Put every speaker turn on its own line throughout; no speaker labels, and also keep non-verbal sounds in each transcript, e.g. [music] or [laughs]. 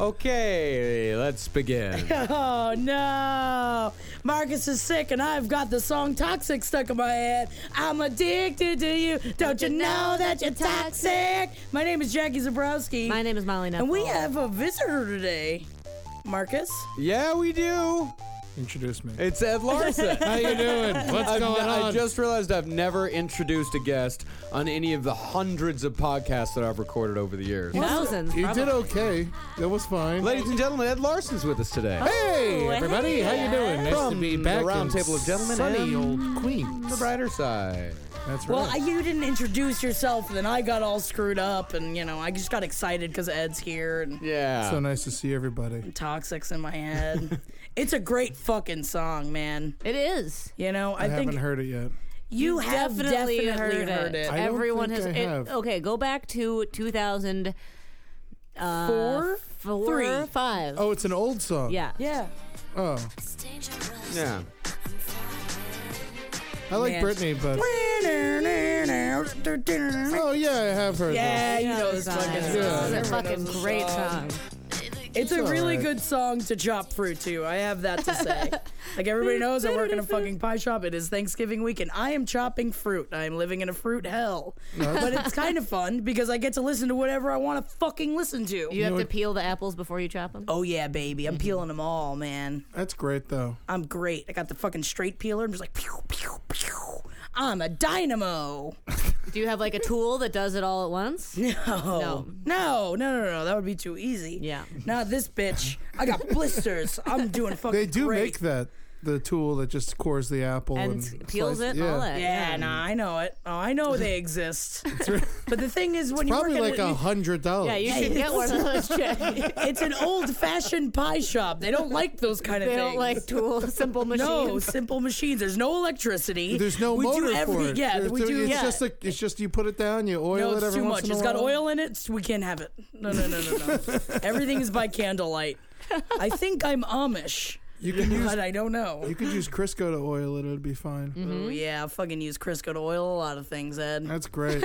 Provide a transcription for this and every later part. Okay, let's begin.
Oh no. Marcus is sick and I've got the song Toxic stuck in my head. I'm addicted to you. Don't you know that you're toxic? My name is Jackie Zabrowski.
My name is Molly Nuffle.
and we have a visitor today. Marcus?
yeah, we do.
Introduce me.
It's Ed Larson.
[laughs] How you doing? What's
I've
going
n-
on?
I just realized I've never introduced a guest on any of the hundreds of podcasts that I've recorded over the years.
thousands.
you did
probably.
okay. That was fine.
Ladies and gentlemen, Ed Larson's with us today.
hey, everybody. How you doing? Nice
From
to be
the
back
round
in
table of gentlemen
sunny
and
old
The
Queens.
brighter side.
That's right.
Well, I, you didn't introduce yourself, and then I got all screwed up, and you know, I just got excited because Ed's here and [laughs]
Yeah.
so nice to see everybody.
toxics in my head. [laughs] it's a great fucking song, man.
It is.
You know, I,
I,
think
haven't heard it yet.
you have
definitely,
definitely
heard, it.
I don't
Everyone
think
has.
I
it-
have.
okay, go back to 2000. Uh,
Four?
four,
Three.
five.
Oh, it's an old song.
Yeah.
Yeah.
Oh,
Yeah.
I like
Man. [laughs]
Britney, but oh yeah, I have heard.
Yeah, you know this
Song.
fucking
Yeah.
song.
It's a
Everyone
fucking
knows the
great
song.
song.
It's a
all
really
right.
good song to chop fruit to. I have that to [laughs] say. like everybody knows, I work in a fucking pie shop. It is Thanksgiving week, and I am chopping fruit. I am living in a fruit hell. but it's kind of fun because I get to listen to whatever I want to fucking listen to.
You have to peel the apples before you chop them.
Oh yeah, baby, I'm peeling them all, man.
That. That's great though.
I'm great. I got the fucking straight peeler. I'm just like pew pew pew. I'm a dynamo.
Do you have like a tool that does it all at once?
[laughs] No. No, no, no, no. That would be too easy.
Yeah.
Not this bitch. I got blisters. I'm doing fucking
They do
great.
make that the tool that just cores the apple
And
and,
peels
slice-
it.
Yeah.
All that.
Yeah, nah, I know it. Oh, I know they
[laughs]
exist. but the thing is, when you work
Probably
at
like
[laughs]
a hundred dollars.
Yeah, you should get one of those. Jack.
it's an old-fashioned pie shop. They don't like those kind of
They
things.
don't
[laughs]
like tool simple machines.
no simple machines. There's no electricity.
There's no
we
motor
do every,
for it.
Yeah,
There's-
we do.
It's
yeah.
just a, it's just you put it down, you oil
no,
it
it's
every
too
once
much.
in a
It's got
while.
oil in it. So we can't have it. No, no, no, no,
[laughs]
no. Everything is by candlelight. I think I'm Amish,
You
[laughs]
can use
but I don't know.
you could use Crisco to oil it. It'd be fine.
Ooh, yeah, I fucking use Crisco to oil a lot of things,
[laughs]
Ed.
That's
[laughs]
great.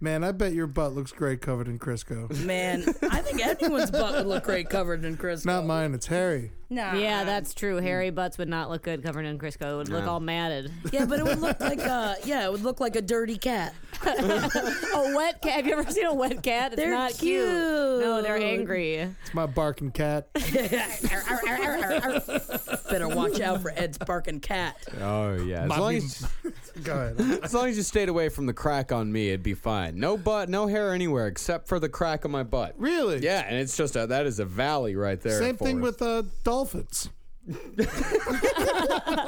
Man, I bet your butt looks great covered in Crisco.
Man, I think anyone's butt would look great covered in Crisco.
Not mine. It's Harry.
Nah.
Yeah, that's true. Hairy butts would not look good covered in Crisco. It would look all matted.
Yeah, but it would look like a yeah, it would look like a dirty [laughs] cat.
a wet cat. Have you ever seen a wet cat? It's
They're
not cute. No, they're
cute.
angry.
It's my barking
[laughs]
cat.
Better watch out for Ed's barking cat.
Oh yeah. As long as,
[laughs] Go ahead.
as long as you stayed away from the crack on me, it'd be fine. No butt, no hair anywhere except for the crack on my butt.
Really?
Yeah, and it's just a, that is a valley right there.
Same
for
thing
us.
with uh, dolphins.
I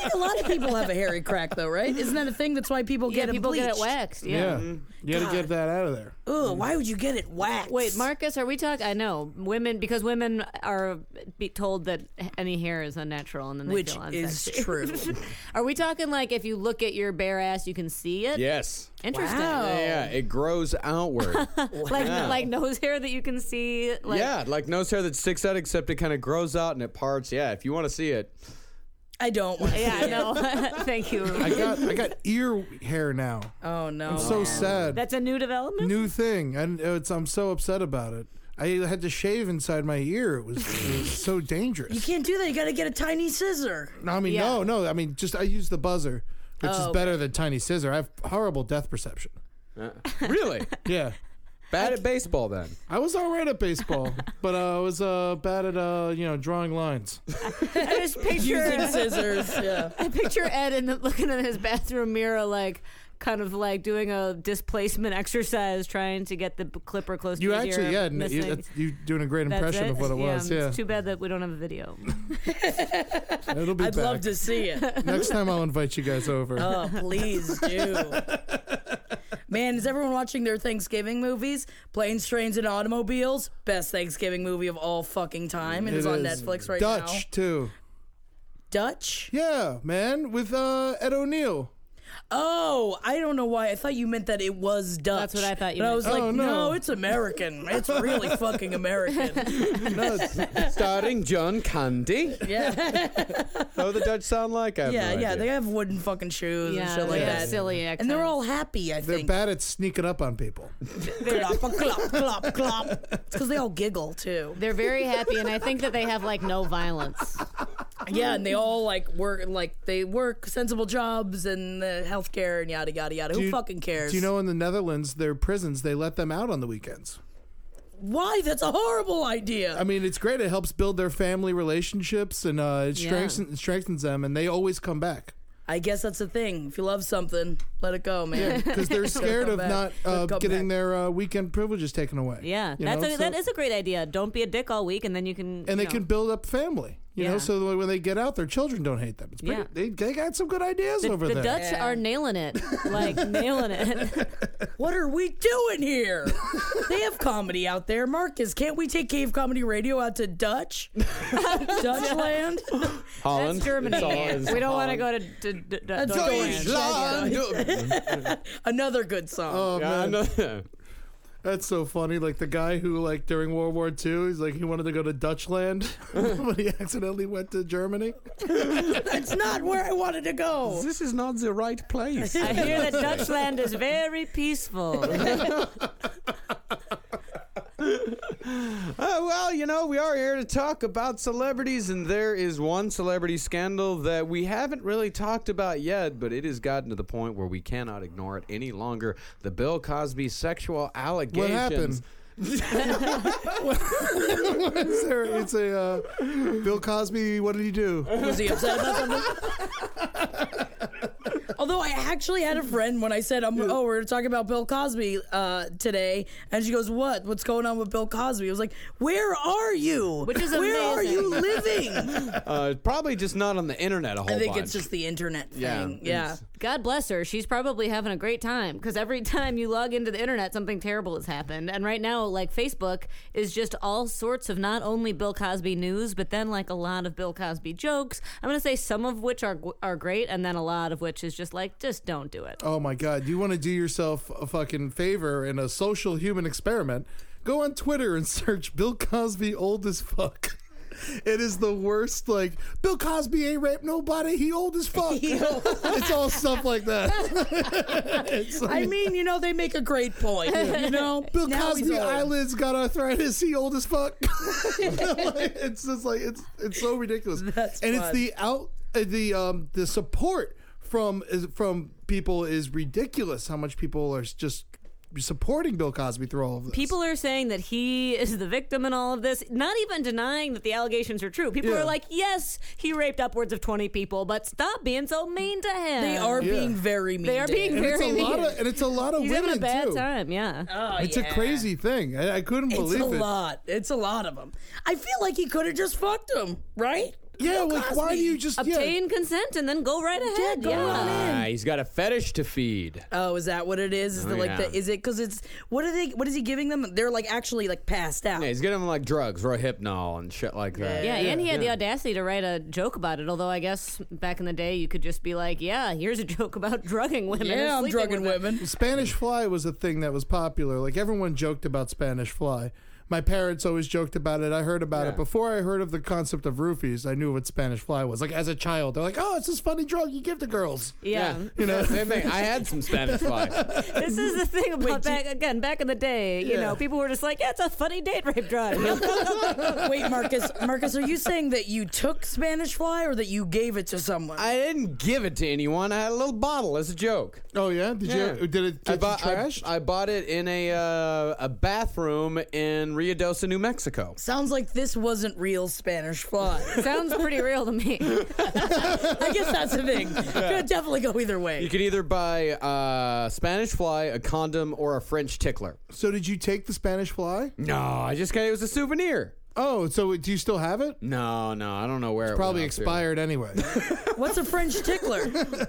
think a lot of people have a hairy crack though, right? Isn't that a thing? That's why people
Yeah,
get
people
it
get it
bleached.
waxed. Yeah.
Yeah.
Mm-hmm.
You got to get that out of there.
Ugh, why would you get it waxed?
Wait, Marcus, are we talking? I know women because women are be told that any hair is unnatural, and then they
Which
feel
is
unsexy.
true.
Are we talking like if you look at your bare ass, you can see it?
Yes.
Interesting.
Oh.
Yeah, it grows outward.
[laughs]
Like like nose hair that you can see. Like,
yeah, like nose hair that sticks out, except it kind of grows out and it parts. Yeah, if you want to see
[laughs]
it.
[laughs] I don't want
Yeah, I know. [laughs] Thank
I
you.
[laughs]
got I got ear hair now.
Oh no.
I'm so sad.
That's a new development.
New thing. And it's I'm so upset about it. I had to shave inside my ear. It was, it was so
[laughs]
dangerous.
you can't do that. You got to get a tiny scissor.
No, I mean,
Yeah.
no, no. I mean, just I use the buzzer, which
Oh,
is better than tiny scissor. I have horrible depth perception.
Really?
Yeah.
Bad at baseball then.
I was all right at
[laughs]
baseball, but uh, I was uh, bad at uh, you know drawing lines.
I [laughs] just
Using
picture
[laughs] scissors. Yeah.
I picture Ed in the, looking in his bathroom mirror, like kind of like doing a displacement exercise, trying to get the b- clipper close
You
to his
actually,
ear.
yeah, n- you,
missing.
that's, you doing a great
That's
impression of what it was. Yeah,
It's too bad that we don't have a video.
it'll be
I'd
back.
love to see it.
Next time, I'll invite you guys over.
[laughs] Oh, please do. Man, is everyone watching their Thanksgiving movies? Planes, Trains, and Automobiles? Best Thanksgiving movie of all fucking time. It is on Netflix right
Dutch
now.
too.
Dutch?
Yeah, man, with uh, Ed O'Neill.
Oh, I don't know why. I thought you meant that it was Dutch.
That's what I thought you
And I
meant.
was like,
Oh,
no.
no.
it's American. It's really fucking
No,
American.
[laughs]
it's starring John Candy.
Yeah,
[laughs] Oh, the Dutch sound like I have
yeah,
no
yeah.
idea.
They have wooden fucking shoes and
Yeah,
shit like
they have
that.
silly
And they're
accents.
all happy, I
They're
think.
bad at sneaking up on people.
Clop, clop, clop, clop. It's because they all giggle, too.
They're very happy, and I think that they have like no violence.
Yeah, and they all like work like they work sensible jobs and the healthcare and yada yada yada.
Do
Who
you-
fucking cares?
Do you know in the Netherlands, their prisons they let them out on the weekends?
why? That's a horrible idea.
I mean, it's great. It helps build their family relationships and uh, it
Yeah.
strengthens, strengthens them, and they always come back
I guess that's the thing. If you love something, let it go, man.
because
[laughs]
they're scared
come
of
back.
not
They'll
uh,
come
getting
back.
their uh, weekend privileges taken away.
[laughs] Yeah,
You
that's
know,
a,
so-
that is a great idea. Don't be a dick all week, and then you can.
and
you
they
know.
can build up family. You
Yeah.
know, so that when they get out, their children don't hate them. It's pretty,
Yeah.
they, they got some good ideas
The,
over
the
there.
Dutch are nailing it, [laughs] like nailing it. [laughs]
what are we doing here? [laughs] they have comedy out there. Marcus, can't we take Cave Comedy Radio out to
[laughs]
Dutch? Dutchland?
Holland.
That's Germany.
It's all- it's
we don't want to
Holland.
go to. to, to, to
Deutschland.
[laughs]
Deutschland.
Another good song.
Oh,
Yeah, I
man.
know.
That's so funny. Like the guy who, like during World War II, he's like he wanted to go to
[laughs]
Dutchland, [laughs] but he accidentally went to Germany.
That's not where I wanted to go.
This is not the right place.
I hear that Dutchland is very [laughs] peaceful.
Uh, well, you know, we are here to talk about celebrities, and there is one celebrity scandal that we haven't really talked about yet, but it has gotten to the point where we cannot ignore it any longer. The Bill Cosby sexual allegations.
happened? Is there- it's a uh, Bill Cosby. What did he do?
Was he upset about something?
[laughs]
Although I actually had a friend when I said, um, "Oh, we're talking about Bill Cosby uh, today," and she goes, "What? What's going on with Bill Cosby?" I was like, "Where are you?
Which is
where are you
amazing.
[laughs]
living?"
Uh, probably just not on the internet a whole
I think
bunch.
it's just the internet thing.
Yeah,
Yeah,
[laughs]
it's-
God bless her. She's probably having a great time because every [laughs] time you log into the internet, something terrible has happened. And right now, like Facebook is just all sorts of not only Bill Cosby news, but then like a lot of Bill Cosby jokes. I'm gonna say some of which are are great, and then a lot of which is just like just don't do it.
Oh my God! You want to do yourself a fucking favor and a social human experiment? Go on Twitter and search Bill Cosby old as fuck. It is the worst. Like Bill Cosby ain't raped nobody. [laughs] He old as fuck. it's all stuff like that. It's like,
I mean, you know, they make a great point. You know,
[laughs] Bill
Now he's
Cosby
old.
eyelids got arthritis. He old as fuck. [laughs] You know, like, it's just like it's it's so ridiculous.
That's
and it's
fun.
the out uh, the um the support from is, from people is ridiculous. How much people are just supporting Bill Cosby through all of this.
People are saying that he [laughs] is the victim in all of this, not even denying that the allegations are true. People
Yeah.
are like, yes, he raped upwards of 20 people, but stop being so mean to him.
They are
Yeah.
being very mean.
They are
to him.
being
and it's a
very
[laughs]
mean.
lot of and it's a lot of
He's
women
having a bad
too.
time, yeah.
It's a crazy thing. I, I couldn't
It's
believe
a
it.
lot. It's a lot of them. I feel like he could have just fucked him, right?
Yeah,
Bill
like why do
Cosby.
you just
Obtain consent and then go right ahead.
go on in.
Ah, he's got a fetish to feed.
Oh, is that what it is? Is the, like
yeah.
the is it because it's what are they? What is he giving them? They're like actually like passed out.
Yeah, he's getting like drugs, Rohypnol, and shit like that.
Yeah, and he had the audacity to write a joke about it. Although I guess back in the day, you could just be like, "Yeah, here's a joke about [laughs] drugging women." and
yeah, I'm
sleeping
drugging
with them."
women.
Spanish fly was a thing that was popular. Like everyone joked about Spanish fly, My parents always joked about it. I heard about it before I heard of the concept of roofies. I knew what Spanish fly was. Like as a child, they're like, "Oh, it's this funny drug you give to girls."
Yeah.
You know, same thing. I had some Spanish
[laughs]
fly.
This is the thing about back again back in the day. You know, people were just like, "Yeah, it's a funny date rape drive."
[laughs] Wait, Marcus, Marcus, are you saying that you took Spanish fly or that you gave it to someone?
I didn't give it to anyone. I had a little bottle as a joke.
Oh yeah, did you? Did it
I
get
bought, I-
trashed?
I, bought it in a uh, a bathroom in Riadosa, New Mexico.
Sounds like this wasn't real Spanish fly.
[laughs] Sounds pretty real to me.
[laughs] I guess that's the
[laughs]
thing. Could definitely go either way.
You could either buy uh, Spanish fly, a condom, or a French tickler.
so did you take the Spanish fly?
No, I just got it was a souvenir.
Oh, so do you still have it?
No, no, I don't know where it's
Probably expired [laughs] anyway.
What's a French tickler?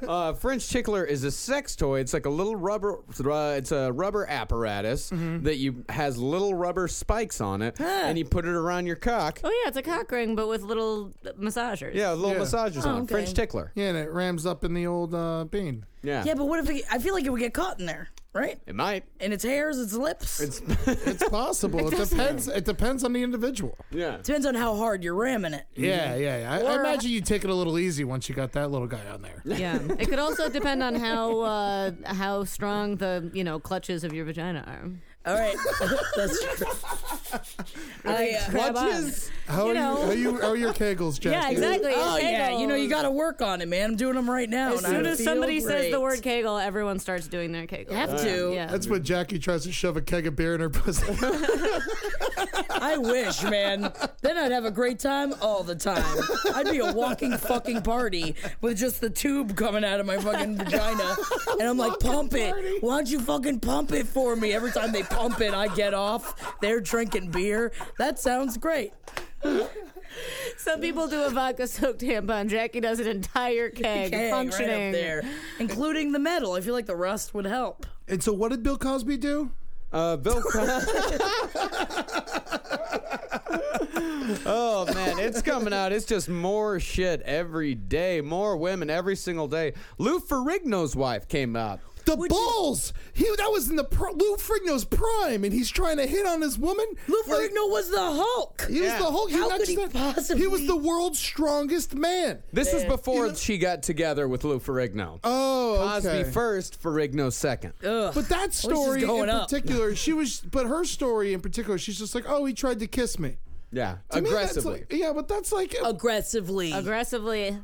Uh, French tickler is a sex toy. It's like a little rubber. Uh, it's a rubber apparatus that you has little rubber spikes on it, and you put it around your cock.
Oh yeah, it's a cock ring, but with little massagers.
Yeah, little
Yeah.
massages on it. French tickler.
yeah, and it rams up in the old uh, bean.
Yeah.
yeah, but what if it, I feel like it would get caught in there, right?
it might.
And its hairs, its lips.
It's [laughs] possible. it depends. It depends on the individual.
Yeah.
Depends on how hard you're ramming it.
Yeah, yeah. yeah. I, I imagine you take it a little easy once you got that little guy on [laughs] there.
Yeah. [laughs] It could also depend on how uh, how strong the you know clutches of your vagina are.
All right, that's true. I, uh,
Grab on.
How
You
are
know.
you? How you? How are
[laughs]
your kegels, Jack?
Yeah, exactly.
Oh
Kegels.
yeah, you know you got to work on it, man. I'm doing them right now.
As
and I
soon as
feel
somebody says
great.
the word Kegel, everyone starts doing their Kegel.
have to.
Yeah.
That's when Jackie tries to shove a keg of beer in
[laughs]
her pussy.
I wish, man. Then I'd have a great time all the time. I'd be a walking fucking party with just the tube coming out of my fucking vagina. And I'm like, pump it. Why don't you fucking pump it for me? Every time they pump it, I get off. They're drinking beer. That sounds great.
Some people do a vodka soaked tampon. Jackie does an entire keg,
Keg right up
functioning.
there, including the metal. I feel like the rust would help.
and so, what did Bill Cosby do?
Uh, Bill.
[laughs]
Co- oh man, it's coming out. It's just more shit every day. More women every single day. Lou Ferrigno's wife came out.
The balls. He that was in the pr- Lou Frigno's prime, and he's trying to hit on his woman.
Lou
Like,
Ferrigno was the Hulk.
He was the whole.
How could he possibly-
He was the world's strongest man.
This was before she got together with Lou Ferrigno.
Oh, okay.
Cosby first, Ferrigno second.
But that story in
going up. [laughs]
particular, she was. But her story in particular, she's just like, oh, he tried to kiss me.
Yeah,
To me, that's
aggressively.
like- yeah, but that's like.
Aggressively.
Aggressively.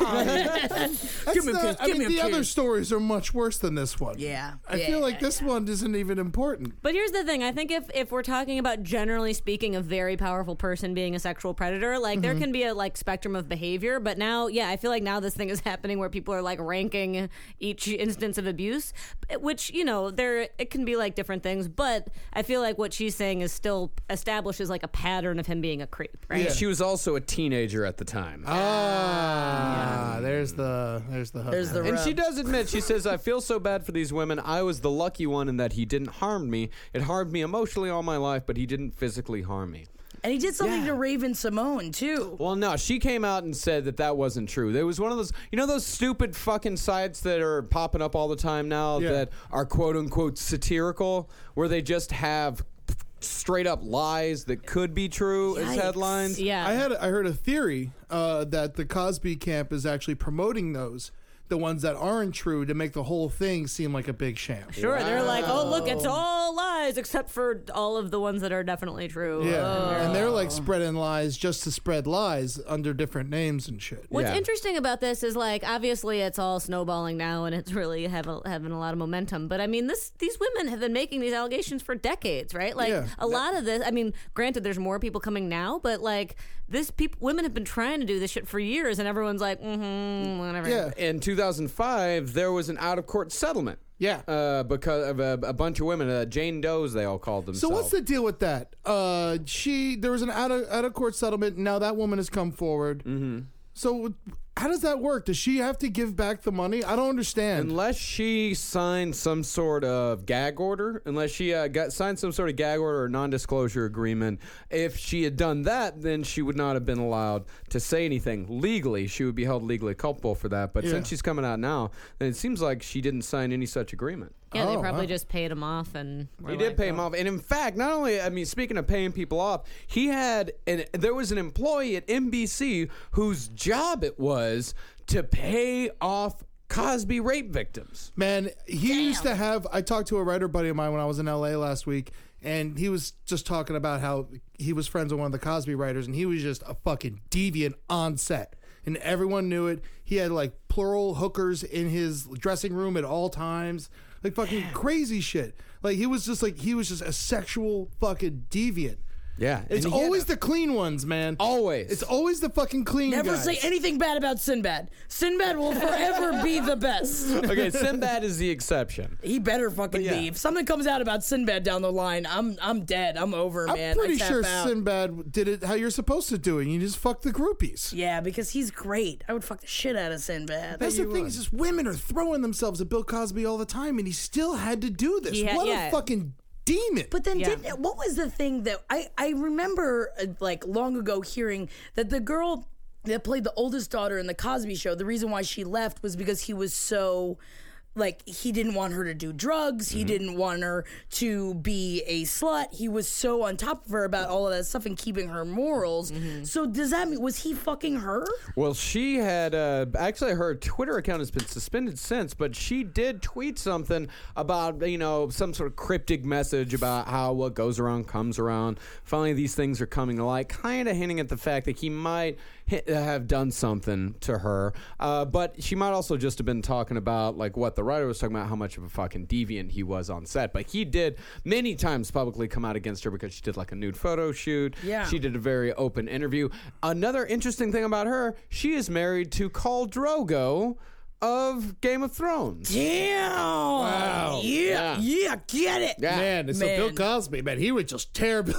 that's
Give me a
not-
kiss,
I
give
mean,
me a
the other
kiss.
stories are much worse than this one.
Yeah,
I
yeah,
feel like this one isn't even important.
But here's the thing. I think if, if we're talking about generally speaking, a very powerful person being a sexual predator, like there can be a like spectrum of behavior. But now, yeah, I feel like now this thing is [laughs] happening where people are like ranking each instance of abuse, eh, which you know there it can be like different things. But I feel like what she's saying is still establishes like a pattern of him being a creep, right?
She was also a teenager at the time.
Ah, there's the there's the hook.
There's the
And
rub.
she does admit, she says, I feel so bad for these women. I was the lucky one in that he didn't harm me. It harmed me emotionally all my life, but he didn't physically harm me.
And he did something to Raven Simone too.
Well, no, she came out and said that that wasn't true. There was one of those, you know, those stupid fucking sites that are popping up all the time now
Yeah.
that are quote unquote satirical, where they just have straight up lies that could be true as
Yikes.
headlines.
Yeah.
I had I heard a theory uh, that the Cosby camp is actually promoting those, the ones that aren't true, to make the whole thing seem like a big sham.
Sure, they're like, oh look, it's all lies except for all of the ones that are definitely true.
Yeah,
Oh.
and they're like spreading lies just to spread lies under different names and shit.
What's
Yeah.
interesting about this is like obviously it's all snowballing now and it's really have a, having a lot of momentum. But I mean, this these women have been making these allegations for decades, right? Like
Yeah.
a lot of this. I mean, granted, there's more people coming now, but like this, people women have been trying to do this shit for years, and everyone's like, mm-hmm, whatever.
Yeah,
In 2005, there was an out of court settlement.
Yeah.
Uh, because of a, a bunch of women, uh, Jane Doe's, they all called
So
themselves.
what's the deal with that? Uh, she there was an out of out of court settlement. Now that woman has come forward. Mm-hmm. So how does that work? Does she have to give back the money? I don't understand.
Unless she signed some sort of gag order, unless she uh, got signed some sort of gag order or non-disclosure agreement, if she had done that, then she would not have been allowed to say anything legally. She would be held legally culpable for that. But since she's coming out now, then it seems like she didn't sign any such agreement.
Yeah,
Oh,
they probably
wow.
just paid him off, and were
He did
like,
pay him
"Oh."
off, and in fact, not only I mean, speaking of paying people off, he had and there was an employee at NBC whose job it was to pay off Cosby rape victims.
Man, he used to have. I talked to a writer buddy of mine when I was in LA last week, and he was just talking about how he was friends with one of the Cosby writers, and he was just a fucking deviant on set. And everyone knew it. He had like plural hookers in his dressing room at all times. Like fucking crazy shit. Like he was just like, he was just a sexual fucking deviant.
Yeah,
It's
and he had
always
a-
the clean ones, man.
Always.
It's always the fucking clean
Never
guys.
say anything bad about Sinbad. Sinbad will forever be the
[laughs]
best.
okay. Sinbad is the exception.
[laughs] He better fucking
yeah.
be. If something comes out about Sinbad down the line, I'm I'm dead. I'm over,
I'm
man. I
pretty
tap
sure
out.
Sinbad did it how you're supposed to do it. You just fuck the groupies.
Yeah, because he's great. I would fuck the shit out of Sinbad.
That's the thing. Is just women are throwing themselves at Bill Cosby all the time, and he still had to do this.
He had-
what
yeah.
a fucking demon!
But then,
Yeah.
didn't, what was the thing that I I remember uh, like long ago hearing that the girl that played the oldest daughter in the Cosby Show, the reason why she left was because he was so. Like he didn't want her to do drugs. He didn't want her to be a slut. He was so on top of her about all of that stuff and keeping her morals. So does that mean was he fucking her?
Well, she had uh, actually her Twitter account has been suspended since, but she did tweet something about you know some sort of cryptic message about how what goes around comes around. Finally, these things are coming to light, kind of hinting at the fact that he might hi- have done something to her. Uh, but she might also just have been talking about like what the writer was talking about, how much of a fucking deviant he was on set. But he did many times publicly come out against her because she did like a nude photo shoot.
Yeah.
she did a very open interview. Another interesting thing about her, she is married to Khal Drogo of Game of Thrones.
Damn!
Wow.
Yeah, yeah,
Yeah.
get it.
Yeah.
man, so
Man.
Bill Cosby, man, he would just tear [laughs] Bill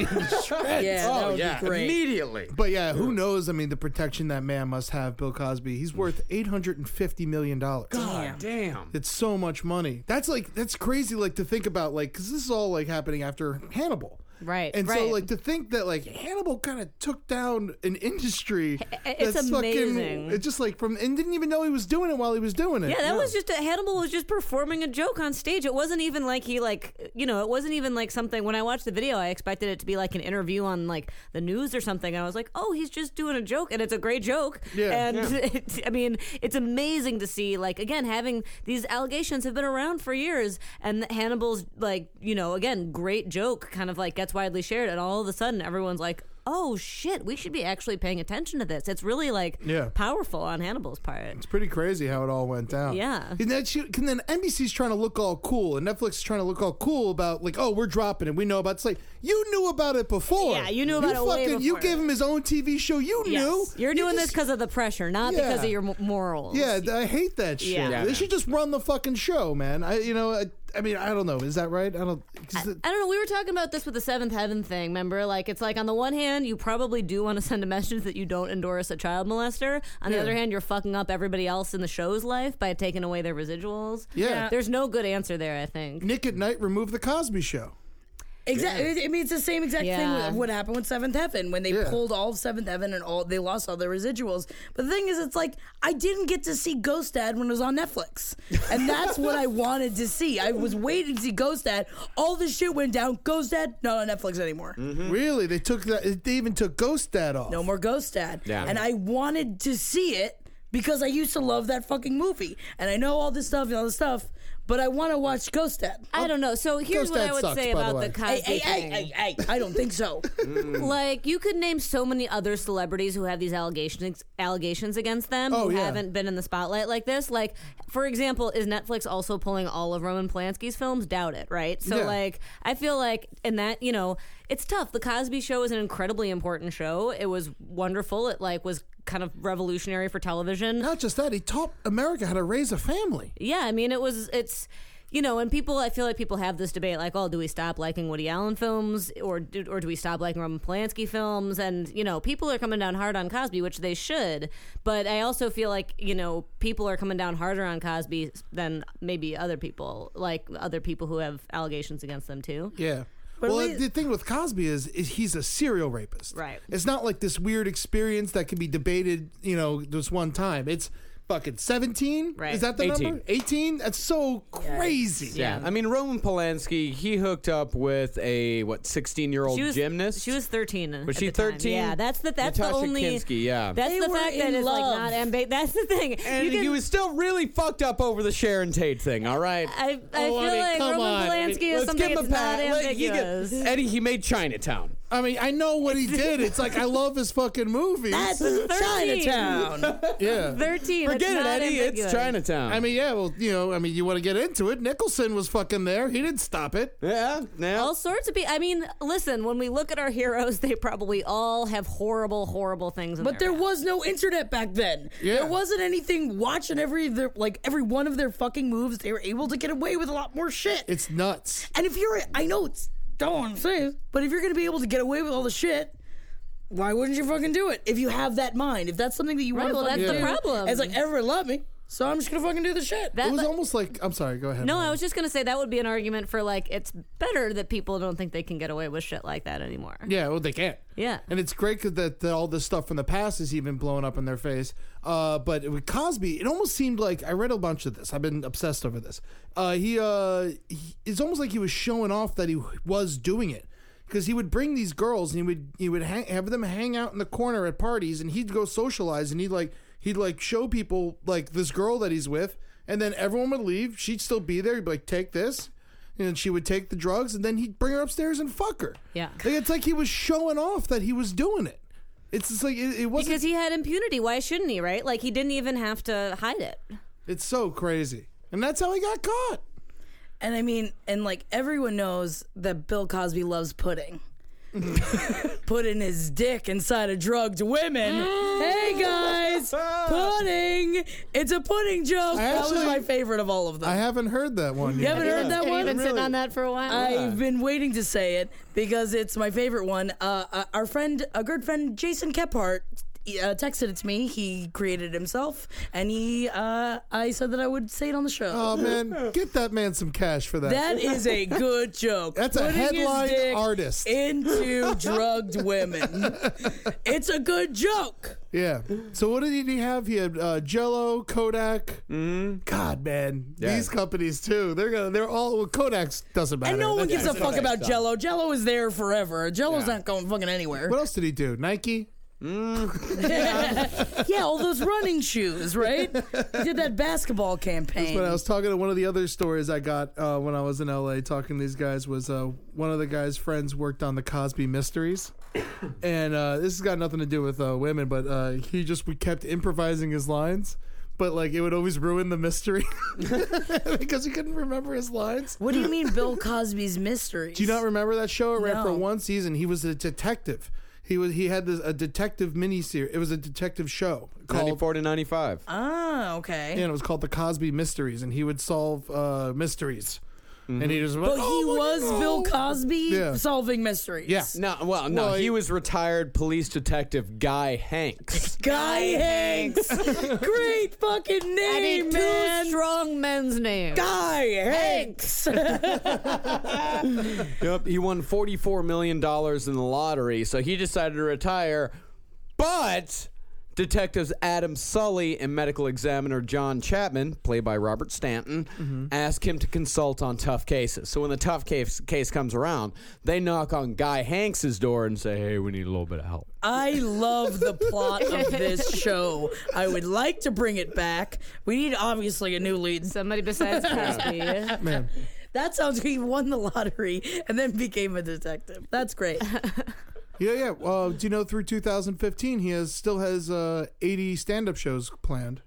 [laughs]
into
Oh,
shreds.
Yeah, that would be great.
immediately.
But yeah, who knows? I mean, the protection that man must have, Bill Cosby. He's worth eight hundred and fifty million dollars.
God damn.
It's so much money. That's like that's crazy. Like to think about, like, because this is all like happening after Hannibal,
Right,
And so,
right.
like, to think that like Hannibal kind of took down an industry.
[laughs] it's amazing.
Fucking, it just like from and didn't even know he was doing it while he was doing it.
Yeah, that was just a, Hannibal was just performing a joke on stage. It wasn't even like he like you know it wasn't even like something. When I watched the video, I expected it to be like an interview on like the news or something. And I was like, oh, he's just doing a joke, and it's a great joke.
Yeah.
and it- I mean, [laughs] it's amazing to see like again having these allegations have been around for years, and that Hannibal's like you know again great joke kind of like gets widely shared, and all of a sudden everyone's like. Oh shit! We should be actually paying attention to this. It's really like
Yeah.
powerful on Hannibal's part.
It's pretty crazy how it all went down.
Yeah.
And then, she, and then NBC's trying to look all cool, and Netflix is trying to look all cool about like, oh, we're dropping it. We know about. It. It's like you knew about it before.
Yeah, you knew about it way
You
before.
gave him his own TV show. You knew.
Yes. You're
You
doing this
just-
because of the pressure, not
Yeah.
because of your m- morals.
Yeah, th- I hate that shit.
Yeah. Yeah,
They
man.
should just run the fucking show, man. I, you know, I, I mean, I don't know. Is that right? I don't. 'cause the-
I don't know. We were talking about this with the seventh heaven thing. Remember, like it's like on the one hand, you probably do want to send a message that you don't endorse a child molester. On the other hand, you're fucking up everybody else in the show's life by taking away their residuals.
Yeah.
there's no good answer there. I think.
Nick at Night removed the Cosby Show.
Exactly. I mean, it's the same exact thing.
Yeah.
with What happened with Seventh Heaven when they
Yeah.
pulled all of Seventh Heaven and all they lost all their residuals. But the thing is, it's like I didn't get to see Ghost Dad when it was on Netflix, and that's what I wanted to see. I was waiting to see Ghost Dad. All the shit went down. Ghost Dad not on Netflix anymore.
Mm-hmm.
Really, they took that. They even took Ghost Dad off.
No more Ghost Dad.
Yeah.
And I wanted to see it because I used to love that fucking movie, and I know all this stuff and all this stuff. But I want to watch Ghost Dad.
I don't know. So
Ghost
here's what
Dad
I would
sucks,
say
by the
about
way.
the
Hey,
Cosby
hey, hey,
thing.
hey, hey! I don't think so.
Mm.
like you could name so many other celebrities who have these allegations allegations against them
Oh,
who
yeah.
haven't been in the spotlight like this. Like for example, is Netflix also pulling all of Roman Polanski's films? Doubt it, right? So
Yeah.
like I feel like in that, you know, it's tough. The Cosby show is an incredibly important show. It was wonderful. It like was kind of revolutionary for television.
Not just that, he taught America how to raise a family.
Yeah, I mean, it was it's. You know, and people, I feel like people have this debate, like, oh, do we stop liking Woody Allen films, or do, or do we stop liking Roman Polanski films? And you know, people are coming down hard on Cosby, which they should. But I also feel like you know, people are coming down harder on Cosby than maybe other people, like other people who have allegations against them too.
Yeah. well,
we-
the thing with Cosby is, is he's a serial rapist.
Right.
It's not like this weird experience that can be debated, you know, this one time. It's fucking 17?
Right.
Is that the
18.
number? 18? That's so crazy.
Yeah.
I mean, Roman Polanski, he hooked up with a what, sixteen year old
She was
gymnast.
She was thirteen.
Was
at
she
the time.
13?
Yeah, that's the that's
Natasha
the only.
Kinski, yeah.
That's
They
the
were
fact that
in
it's like
love.
not amb- That's the thing.
and
you can,
he was still really fucked up over the Sharon Tate thing. All right.
I, I
Oh, I
feel
mean,
like
come
Roman
on. I mean,
Polanski is
Let's
something
give him a
that's not
pat. Let- he get-
ambiguous.
Eddie, he made
[laughs]
Chinatown.
I mean, I know what he did. It's like I love his fucking movies.
That's
13. [laughs]
Chinatown.
yeah.
Thirteen.
Forget
it's
it,
not
Eddie.
Ambiguous.
It's Chinatown.
I mean, yeah, well, you know, I mean, you want to get into it. Nicholson was fucking there. He didn't stop it.
yeah, yeah.
All sorts of people. I mean, listen. When we look at our heroes, they probably all have horrible, horrible things. In
But
their
there
past.
was no internet back then.
Yeah.
There wasn't anything watching every of their, like every one of their fucking moves. They were able to get away with a lot more shit.
It's nuts.
and if you're, I know it's don't want to say this, but if you're gonna be able to get away with all the shit, why wouldn't you fucking do it? If you have that mind, if that's something that you
Right,
want
well,
to
that's the
do,
problem.
It's like everyone loved me, so I'm just gonna fucking do the shit.
That
It was
le-
almost like I'm sorry. Go ahead.
Uh, No,
Molly.
I was just gonna say that would be an argument for like it's better that people don't think they can get away with shit like that anymore.
Yeah, well, they can't.
Yeah.
And it's great 'cause that, that all this stuff from the past is even blown up in their face. Uh, but with Cosby, it almost seemed like I read a bunch of this. I've been obsessed over this. Uh, he, uh, he, it's almost like he was showing off that he was doing it. Because he would bring these girls and he would he would hang, have them hang out in the corner at parties and he'd go socialize and he'd like he'd like show people like this girl that he's with and then everyone would leave she'd still be there he'd be like take this and she would take the drugs and then he'd bring her upstairs and fuck her
Yeah.
like, it's like he was showing off that he was doing it. It's just like it, it wasn't.
Because he had impunity. Why shouldn't he, right? Like, he didn't even have to hide it.
it's so crazy, and that's how he got caught.
And I mean, and like everyone knows that Bill Cosby loves
[laughs]
pudding. Putting his dick inside of drugged women. Hey guys, pudding. It's a pudding joke. that was
Actually-
my favorite of all of them.
I haven't heard that one.
you
Yet.
haven't heard that
And
one?
you've been sitting on that for a while.
I've been waiting to say it because it's my favorite one. Uh, uh, our friend, a good friend, Jason Kephart, uh, texted it to me. He created it himself, and he, uh, I said that I would say it on the show.
Oh man, get that man some cash for that.
That is a good joke.
That's a
Putting his
headline
dick
artist. [laughs]
Into drugged women. It's a good joke.
yeah. So what did he have? He had uh, Jello, Kodak. God, man,
Yeah.
these companies too. They're gonna. They're all. Well, Kodak's doesn't matter.
And no one
That's-
gives a fuck
okay,
about
so-
Jello. Jello is there forever. Jello's
Yeah.
not going fucking anywhere.
What else did he do? Nike.
[laughs] yeah, all those running shoes, right? He did that basketball campaign.
When I was talking to one of the other stories I got uh, when I was in LA talking to these guys was uh, one of the guys' friends worked on the Cosby Mysteries, and uh, this has got nothing to do with uh, women, but uh, he just we kept improvising his lines, but like it would always ruin the mystery [laughs] because he couldn't remember his lines.
what do you mean, Bill Cosby's mysteries?
Do you not remember that show? It ran for
No.
one season. He was a detective. He was he had this, a detective miniseries. It was a detective show called
94 to 95.
Ah, okay.
and it was called the Cosby Mysteries, and he would solve uh, mysteries. And he just went,
But he
"Oh, look
was
at-
Bill
oh."
Cosby
Yeah.
solving mysteries.
Yeah.
No, well, no,
Well,
he,
he-
was retired police detective Guy
[laughs]
Hanks.
Guy Hanks. [laughs] Great fucking
I
name,
need
man.
two strong men's names.
Guy Hanks.
yep, he won $44 million in the lottery, so he decided to retire. But detectives Adam Sully and medical examiner John Chapman, played by Robert Stanton,
Mm-hmm.
ask him to consult on tough cases. So when the tough case, case comes around, they knock on Guy Hanks's door and say, hey, we need a little bit of help.
[laughs] I love the plot of this show. I would like to bring it back. We need obviously a new lead.
[laughs]
Somebody besides Cosby.
That sounds he won the lottery and then became a detective. That's
[laughs]
great.
Yeah, yeah. Uh, do you know through 2015 he has still has uh, 80 stand-up shows planned,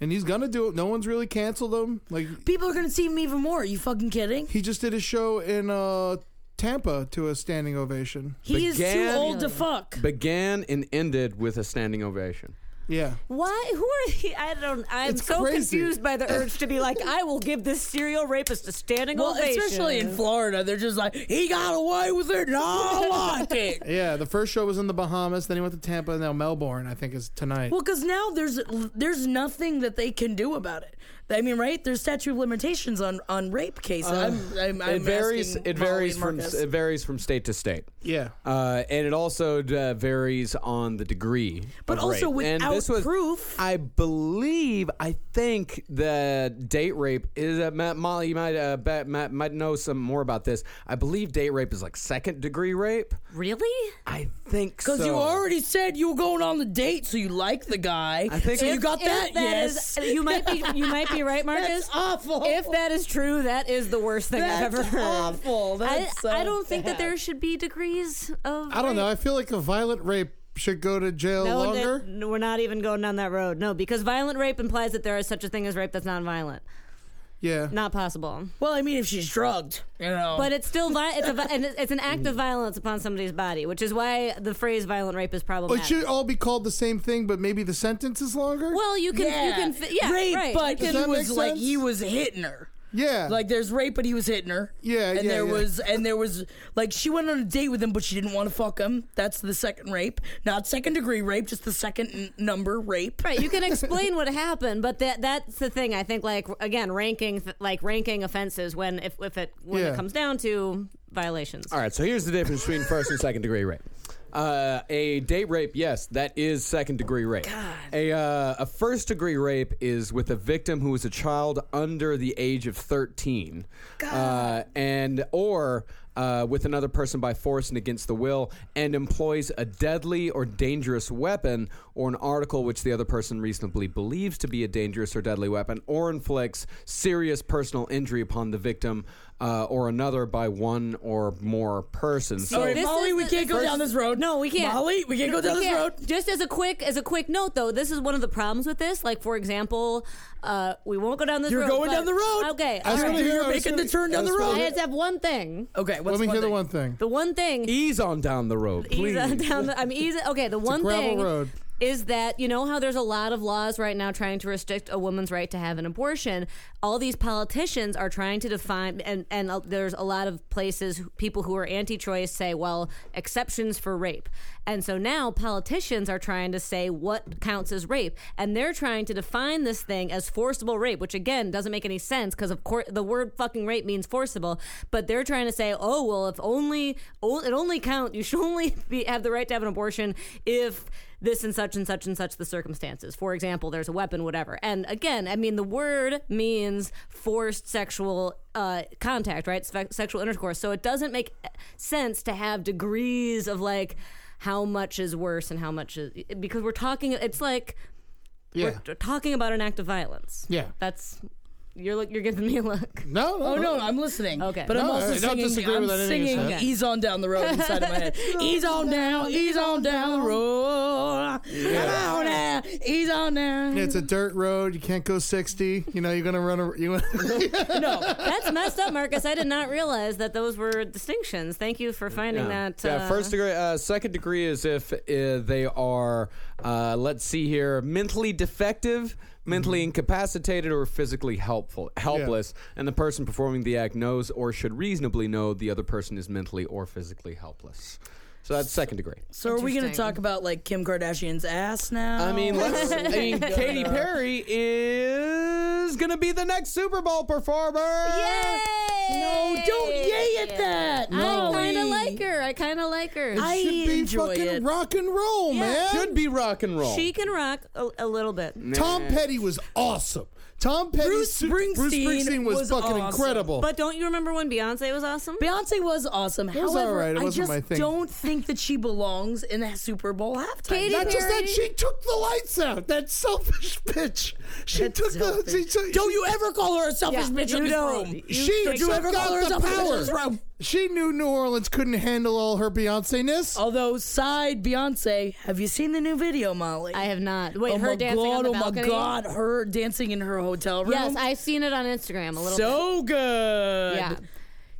and he's gonna do it. No one's really canceled him. Like
People are gonna see him even more. Are you fucking kidding?
he just did a show in uh, Tampa to a standing ovation.
He is too
Began-
old to fuck.
Began and ended with a standing ovation.
Yeah.
Why? Who are he? [laughs] I don't. I'm
It's
so
crazy.
confused by the urge to be like, I will give this serial rapist a standing
Well,
ovation.
especially in Florida, they're just like, he got away with it, and I want it.
Yeah, the first show was in the Bahamas, then he went to Tampa, and now Melbourne, I think, is tonight.
Well, because now there's there's nothing that they can do about it. I mean, right? There's statute of limitations on on rape cases. I'm, I'm, I'm
Uh, it varies.
asking
It varies
Molly and
from
Marcus.
it varies from state to state.
yeah.
Uh, and it also uh, varies on the degree.
But
of
also
rape. And
without
this was
proof.
I believe, I think that date rape is. Uh, Ma- Molly, you might uh, bet, might, might know some more about this. I believe date rape is like second degree rape.
Really?
I think so.
Because you already said you were going on the date, so you like the guy.
I think-
so. You
If-
got
If
that?
that
yes.
is- you might be. You might be right, Marcus.
[laughs] That's awful.
If that is true, that is the worst thing I've
That's
ever heard.
awful. That's
I, I
so
don't think that
bad.
there should be degrees of.
I don't know. I feel like a violent rape should go to jail
No, that-
longer.
no, we're not even going down that road. No, because violent rape implies that there is such a thing as rape that's non-violent.
yeah.
Not possible.
well, I mean, if she's drugged, you know.
But it's still vi- it's a vi- and it's an
Mm.
act of violence upon somebody's body, which is why the phrase "violent rape" is
Well, Oh, it
problematic.
should all be called the same thing, but maybe the sentence is longer.
well, you can you can fi- yeah
rape,
right.
but
Does
You
he
can-
that
was
make
like
sense?
he was hitting her.
yeah,
Like there's rape, but he was hitting her.
Yeah,
and
yeah,
there
yeah.
was and there was like she went on a date with him, but she didn't want to fuck him. That's the second rape, not second degree rape, just the second n- number rape.
Right,
[laughs]
you can explain what happened, but that that's the thing. I think, like again, ranking like ranking offenses when if if it when
Yeah.
it comes down to violations.
All right, so here's the difference between first and second degree rape. Uh, a date rape, yes, that is second degree rape. A, uh, a first degree rape is with a victim who is a child under the age of 13, Uh, and or uh, with another person by force and against the will, and employs a deadly or dangerous weapon or an article which the other person reasonably believes to be a dangerous or deadly weapon, or inflicts serious personal injury upon the victim uh, or another by one or more persons. So-
Sorry,
this
Molly,
is
we
the-
can't go
first-
down this road.
No, we can't.
Molly, we can't go down
We
this road.
can't. Just as a quick as a quick note, though, this is one of the problems with this. Like, for example, uh, we won't go down this
You're
road.
going
but-
down the road.
Okay,
I
all
was
right.
gonna hear-
You're
I was
making
gonna-
the turn down
I was
the road.
I
gonna-
had to have one thing.
Okay, what's
Let me
one
hear the
thing?
one thing.
The one thing.
E
ease on down the road, please.
ease on down. The, I mean, ease. Okay, the one
gravel
thing
road.
is that you know how there's a lot of laws right now trying to restrict a woman's right to have an abortion. All these politicians are trying to define, and and uh, there's a lot of places who- people who are anti-choice say, well, exceptions for rape, and so now politicians are trying to say what counts as rape, and they're trying to define this thing as forcible rape, which again doesn't make any sense because of course the word fucking rape means forcible, but they're trying to say, oh well, if only o- it only count, you should only be, have the right to have an abortion if this and such and such and such the circumstances. For example, there's a weapon, whatever. And again, I mean, the word means forced sexual uh, contact, right? Sfe- sexual intercourse. So it doesn't make sense to have degrees of like how much is worse and how much is because we're talking. It's like
yeah,
we're talking about an act of violence.
yeah.
That's you're look. You're giving me a look.
No, no,
Oh no, I'm listening.
Okay.
but I'm
No,
also
I don't
singing.
disagree
I'm
with anything you
singing
said.
"Ease on down the road" inside of my
[laughs]
head. ease on down, ease on down the road. Come on now, ease on down.
It's a dirt road. You can't go sixty. You know, you're gonna run. A, you.
[laughs] no,
That's messed up, Marcus. I did not realize that those were distinctions. Thank you for finding that.
yeah,
uh,
first degree. Uh, second degree is if uh, they are, uh, let's see here, mentally defective, mentally incapacitated, or physically helpful, helpless, and the person performing the act knows or should reasonably know the other person is mentally or physically helpless. So that's second degree.
so are we going to talk about like Kim Kardashian's ass now?
I mean,
[laughs]
[laughs]
let's. I mean, Katy Perry is gonna be the next Super Bowl performer.
Yay!
No, don't yay at that.
I kind of
Molly.
like her. I kind of like her.
I
should be
enjoy
fucking
it.
rock and roll, man.
Should be rock and roll.
she can rock a, a little bit.
Tom Petty was awesome. Tom Petty,
Bruce Springsteen
Bruce Springsteen was,
was
fucking
awesome.
incredible.
But don't you remember when Beyonce was awesome?
Beyonce was awesome.
was
However,
alright. It
I
wasn't
just
my thing.
don't think that she belongs in that Super Bowl halftime.
Katy
not just that,
Perry-
she took the lights out. That selfish [laughs] bitch. She
That
took the.
selfish-
She took,
Don't you ever call her a selfish
Yeah,
bitch
you
in this
don't.
room.
She
Don't you
took
ever call
out
her a
the
selfish bitch in this
power.
room.
She knew New Orleans couldn't handle all her Beyonce ness.
Oh.
Although, side Beyonce, have you seen the new video, Molly?
I have not. Wait,
oh
her
my
dancing
god!
on the
oh my
balcony.
god! Her dancing in her hotel room.
Yes, I've seen it on Instagram a little.
so good.
bit. yeah.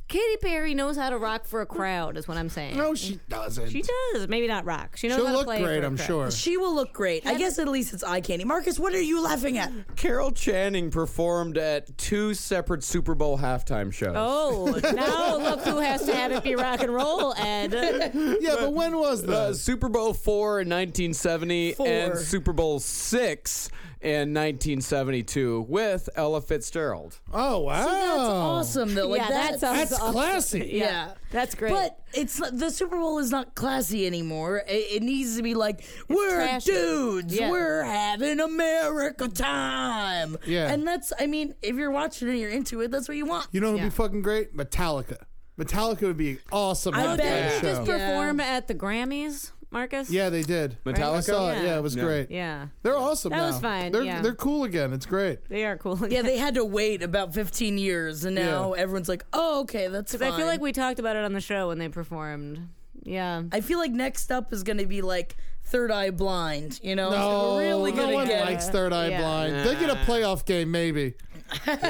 Katy Perry knows how to rock for a crowd, is what I'm saying.
No, she doesn't.
She does. Maybe not rock. She knows
She'll
how to
look
play.
great,
for a
I'm
crowd.
sure.
She will look great. I guess at least it's eye candy. Marcus, what are you laughing at?
Carol Channing performed at two separate Super Bowl halftime shows.
Oh, now look who has to have it be rock and roll,
[laughs]
Ed.
Yeah, but when was
Uh,
that?
Super Bowl four in 1970
Four.
and Super Bowl six in 1972 with Ella Fitzgerald.
Oh wow,
That's awesome though. Like
yeah,
that,
that sounds
That's
awesome.
classy.
yeah.
That's great.
But it's not- the Super Bowl is not classy anymore. It, it needs to be like we're
trashy.
dudes,
Yeah.
we're having America time.
Yeah.
and that's I mean, if you're watching it, and you're into it. That's what you want.
You know who'd
Yeah.
be fucking great? Metallica. Metallica would be awesome.
I
on
bet.
that
Didn't they just
show.
perform at the Grammys, Marcus?
Oh. Yeah, they did.
Metallica?
I saw it.
oh, Yeah.
Yeah, it was
No.
great.
Yeah.
They're awesome.
That was
now.
fine,
They're
yeah.
they're cool again. It's great.
They are cool. [laughs]
Yeah, they had to wait about 15 years, and now
Yeah.
everyone's like, "Oh, okay, that's fine."
I feel like we talked about it on the show when they performed. Yeah.
I feel like next up is going to be like Third Eye Blind. You know,
No,
so we're really
no
gonna
one
get
likes Third Eye
Yeah.
Blind. They get a playoff game, maybe.
[laughs] Here's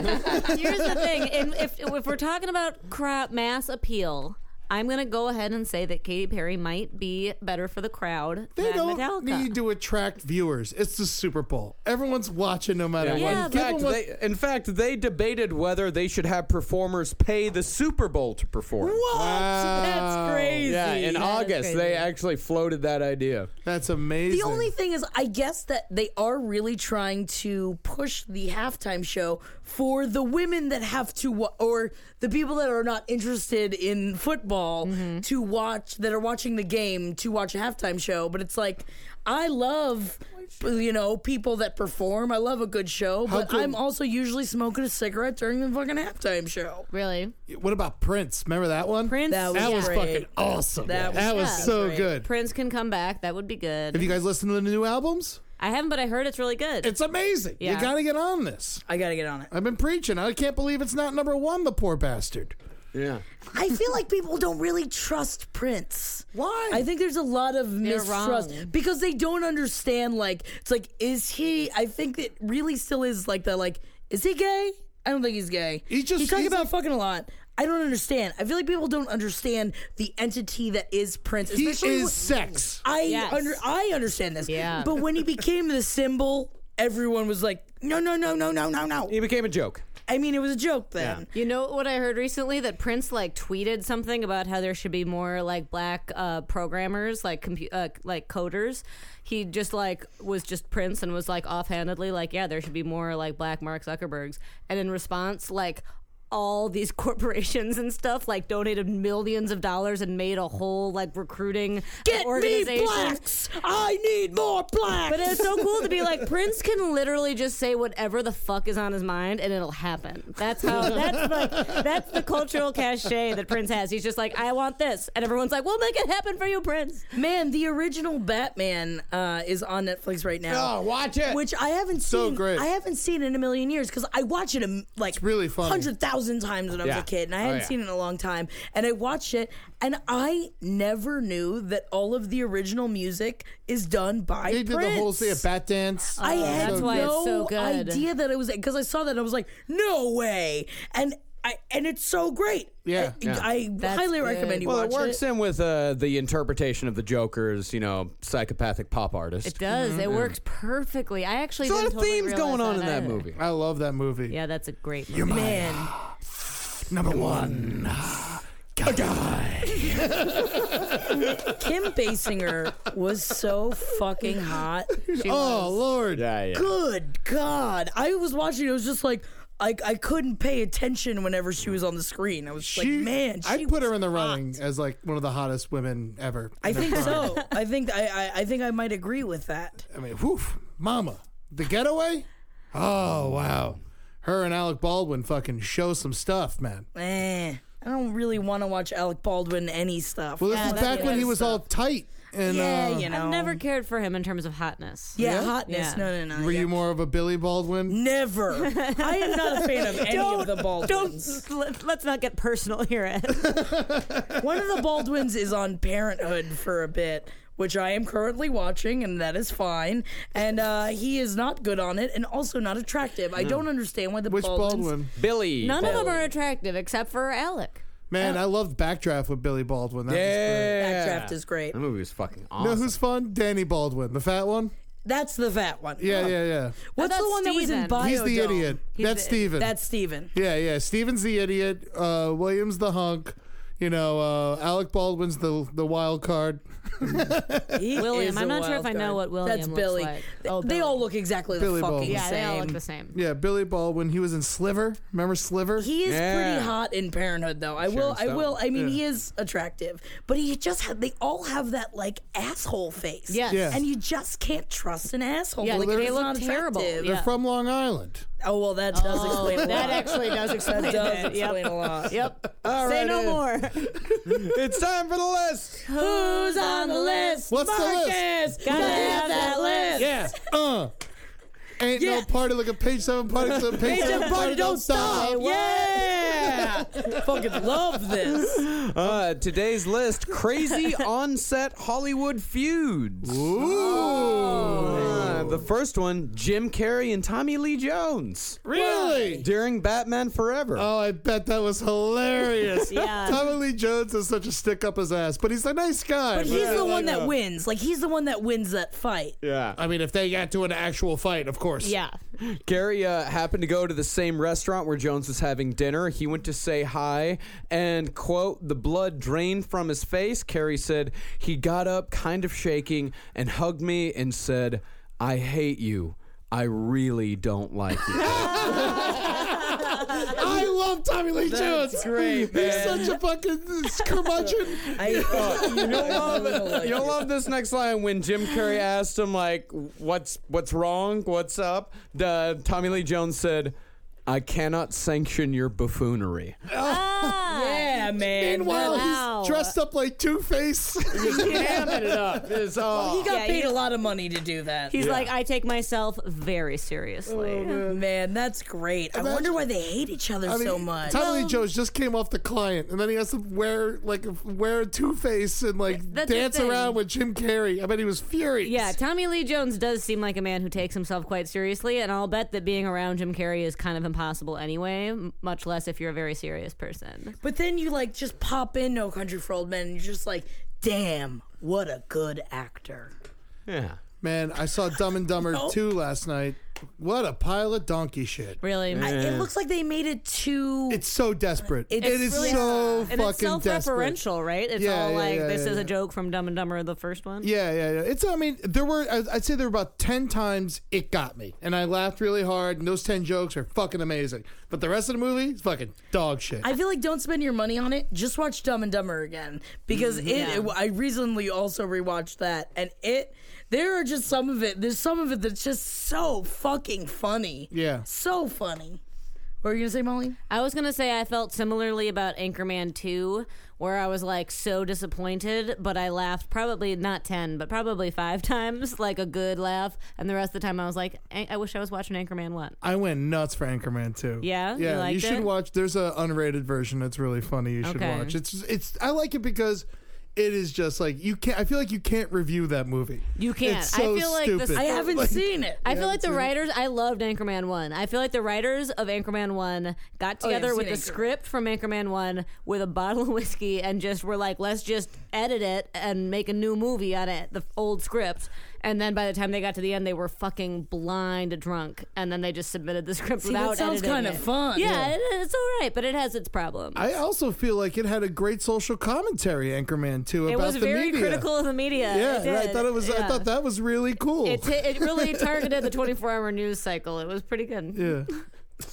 the thing, and if if we're talking about crowd mass appeal, I'm gonna go ahead and say that Katy Perry might be better for the crowd
They
than
don't
Metallica.
need to attract viewers. It's the Super Bowl. Everyone's watching no matter
Yeah,
in,
what.
but-
fact,
them what-
they, in fact, they debated whether they should have performers pay the Super Bowl to perform.
What?
Wow.
That's crazy.
Yeah, in
That is
August,
crazy.
they actually floated that idea.
That's amazing.
The only thing is, I guess that they are really trying to push the halftime show for the women that have to, wa- or the people that are not interested in football
Mm-hmm.
to watch, that are watching the game to watch a halftime show. But it's like, I love, you know, people that perform. I love a good show, but
could-
I'm also usually smoking a cigarette during the fucking halftime show.
Really,
what about Prince? Remember that one?
Prince.
That
That was
Great.
fucking awesome.
That
That,
was-
was
Yeah.
so
Great.
good.
Prince can come back. That would be
Have
good.
you guys listened to the new albums?
I haven't, but I heard it's really good.
It's amazing. You
Yeah.
got to get on this.
I gotta get on it.
I've been preaching. I can't believe it's not number one. The poor bastard.
Yeah.
I feel like people don't really trust Prince.
Why?
I think there's a lot of mistrust
wrong.
because they don't understand. Like it's like, is he? I think that really still is like the like, is he gay? I don't think he's gay.
He's just-
he's talking
he's
about
like-
fucking a lot. I don't understand. I feel like people don't understand the entity that is Prince.
he
especially
is
when-
sex.
I
Yes.
under, I understand this.
Yeah.
But when he became the symbol, everyone was like, no, no, no, no, no, no, no.
He became a joke.
I mean, it was a joke then.
You know what I heard recently that Prince like tweeted something about how there should be more like black uh, programmers, like compu- uh, like coders. He just like was just Prince and was like offhandedly like, yeah, there should be more like black Mark Zuckerbergs. And in response, like all these [laughs] corporations and stuff like donated millions of dollars and made a whole like recruiting
Get me
organization.
blacks. I need more blacks.
But it's so cool to be like Prince can literally just say whatever the fuck is on his mind and it'll happen. That's how that's like that's the cultural cachet that Prince has. He's just like, I want this, and everyone's like, We'll make it happen for you, Prince.
Man, the original Batman uh, is on Netflix right now.
Oh, watch it.
Which I haven't
So
seen.
great.
I haven't seen in a million years because I watch it um, like
really funny.
hundred thousand times when I was
Yeah.
a kid, and I
Oh,
hadn't
yeah.
seen it in a long time. And I watched it, and I never knew that all of the original music is done by
They did
Prince.
the whole thing, a bat dance.
I had
that's
no
why it's so good.
idea that it was because I saw that and I was like, no way, and I and it's so great.
Yeah.
I, I highly recommend you
Well, it
watch
works in with uh, the interpretation of the Joker's, you know, psychopathic pop artist.
It does. It works perfectly. I actually
Mm-hmm. There's a lot of
didn't totally
themes
realize
going on in that
either.
movie.
I love that movie.
Yeah, that's a great movie.
You're my
Man.
number one. Ah, guy.
Kim Basinger was so fucking hot.
Oh Lord.
Yeah, yeah.
Good God. I was watching, it was just like, I, I couldn't pay attention whenever she was on the screen. I was
She,
like, man, she
I'd put her
was
in the
hot.
running as like one of the hottest women ever.
I
[laughs] in her
think
prime.
so. I think I, I, I think I might agree with that.
I mean, woof, mama. The getaway? Oh wow. Her and Alec Baldwin fucking show some stuff, man.
Eh, I don't really want to watch Alec Baldwin any stuff.
Well, this
Yeah,
is
that's
back when he was all tight and
Yeah,
uh,
you know.
I've never cared for him in terms of hotness.
Yeah, hotness.
Yeah.
No, no, no.
were
yeah.
you more of a Billy Baldwin?
Never. I am not a fan of any of the Baldwins.
Don't let, let's not get personal here. Ed.
One of the Baldwins is on Parenthood for a bit, which I am currently watching, and that is fine. And uh, he is not good on it, and also not attractive. I don't understand why the
Which
Baldwins.
Baldwin?
Billy.
None of them are attractive except for Alec.
Man, I loved Backdraft with Billy Baldwin. That was
That
Yeah.
draft is great.
That movie was fucking
great.
awesome.
You know who's fun? Danny Baldwin, the fat one.
That's the fat one.
Yeah, yeah, yeah.
What's the
that's
one that was
Steven.
in Biodome?
He's the idiot. That's Steven.
That's Steven.
yeah, yeah. Steven's the idiot. Uh, Williams the hunk. You know, uh, Alec Baldwin's the the wild card.
He
William.
is
I'm
a
not sure if
wild
I know
card.
what William
That's
looks
Billy.
like.
They,
Oh,
they
Billy.
all look exactly the
Billy
fucking
Baldwin.
Yeah, they all look
same.
the same.
Yeah, Billy Baldwin. He was in Sliver. Remember Sliver?
He is
Yeah.
pretty hot in Parenthood, though. I will. I
Sharon
will. I mean, he is attractive, but he just ha they all have that like asshole face.
Yes.
Yeah.
and you just can't trust an asshole.
Yeah,
like,
they
it's
look
not
terrible.
attractive.
Yeah.
From Long Island.
Oh well, that does explain a lot.
That actually does [laughs] explain
that does
it. Yep.
explain a lot. [laughs]
Yep.
All
Say
right,
no
Ed.
more.
it's time for the
[laughs]
list.
Who's on the list?
What's the list?
Marcus! Gotta have that list.
Yeah. Uh. Ain't
Yeah.
no party like a page seven party. Like a page, seven
Agent Party don't stop. Yeah. Fucking love this.
Uh, today's list:
[laughs]
crazy on-set Hollywood feuds. Uh, the first one: Jim Carrey and Tommy Lee Jones
Really?
during Batman Forever.
Oh, I bet that was hilarious.
Yeah.
Tommy Lee Jones is such a stick up his ass, but he's a nice guy.
But he's
I
the
like
one that
him.
wins. Like he's the one that wins that fight.
yeah.
I mean, if they got to an actual fight, of course.
[laughs] Yeah.
Oh.
Gary uh, happened to go to the same restaurant where Jones was having dinner. He went to say hi, and quote, the blood drained from his face. Carrie said, He got up, kind of shaking, and hugged me and said, I hate you. I really don't like you.
I love Tommy Lee Jones.
great,
He's
man.
such a
[laughs]
fucking curmudgeon.
[laughs] I,
You'll love,
really
[laughs]
like
you'll love this next line when Jim Carrey asked him like, "What's what's wrong? What's up?" The, Tommy Lee Jones said, "I cannot sanction your buffoonery."
Ah.
yeah, man.
Meanwhile,
Wow.
Oh,
he's [laughs] dressed up like Two Face.
Hamming it
[laughs]
up. It's uh, all.
he got
Yeah,
paid
he-
a lot of money to do that.
He's like, I take myself very seriously.
man, Oh, that's great. I wonder why they hate each other so much.
Tommy Lee Jones just came off the client, and then he has to wear like wear Two Face and like
That's the
dance
thing.
around with Jim Carrey. I bet he was furious.
Yeah, Tommy Lee Jones does seem like a man who takes himself quite seriously, and I'll bet that being around Jim Carrey is kind of impossible anyway, m- much less if you're a very serious person.
But then you like just pop in No Country for Old Men and you're just like, damn, what a good actor.
Yeah.
Man, I saw Dumb and
[laughs]
Dumber 2 last night. What a pile of donkey shit.
Really?
I- it looks like they made it too.
It's so desperate. It's
really-
so
and
fucking
it's self-referential,
desperate.
right? It's
Yeah,
all
yeah,
like
yeah,
this
yeah,
is
yeah.
a joke from Dumb and Dumber, the first one.
Yeah, yeah, yeah. It's I mean, there were I- I'd say there were about 10 times it got me. And I laughed really hard, and those 10 jokes are fucking amazing. But the rest of the movie is fucking dog shit.
I feel like don't spend your money on it. Just watch Dumb and Dumber again because
Mm-hmm.
it, it- I recently also rewatched that, and it. There are just some of it. There's some of it that's just so fucking funny.
Yeah.
so funny. What were you gonna say, Molly?
I was gonna say I felt similarly about Anchorman Two, where I was like so disappointed, but I laughed probably not ten, but probably five [laughs] times, like a good laugh, and the rest of the time I was like, I, I wish I was watching Anchorman One.
I went nuts for Anchorman too.
Yeah? You
yeah. You,
liked
should
it?
watch. There's a unrated version that's really funny. You should
Okay.
watch. It's it's. I like it because it is just like you can't. I feel like you can't review that movie.
You can't.
It's so
I feel like
stupid.
the
I haven't seen it.
I feel like the writers. I loved Anchorman One. I feel like the writers of Anchorman One got
Oh, yeah, I've
together
seen
with
Anchorman.
the script from Anchorman One with a bottle of whiskey and just were like, let's just edit it and make a new movie out of the old script. And then by the time they got to the end, they were fucking blind drunk, and then they just submitted the script
that
without.
sounds
editing
kinda
it.
fun.
Yeah,
Yeah.
It, it's all right, but it has its problems.
I also feel like it had a great social commentary. Anchorman too.
it
about
was
the
very
media.
critical of the media.
Yeah, right.
it
I
did.
thought it was. I
Yeah.
thought that was really cool.
It, t-
[laughs]
it really targeted the 24-hour news cycle. It was pretty good.
yeah.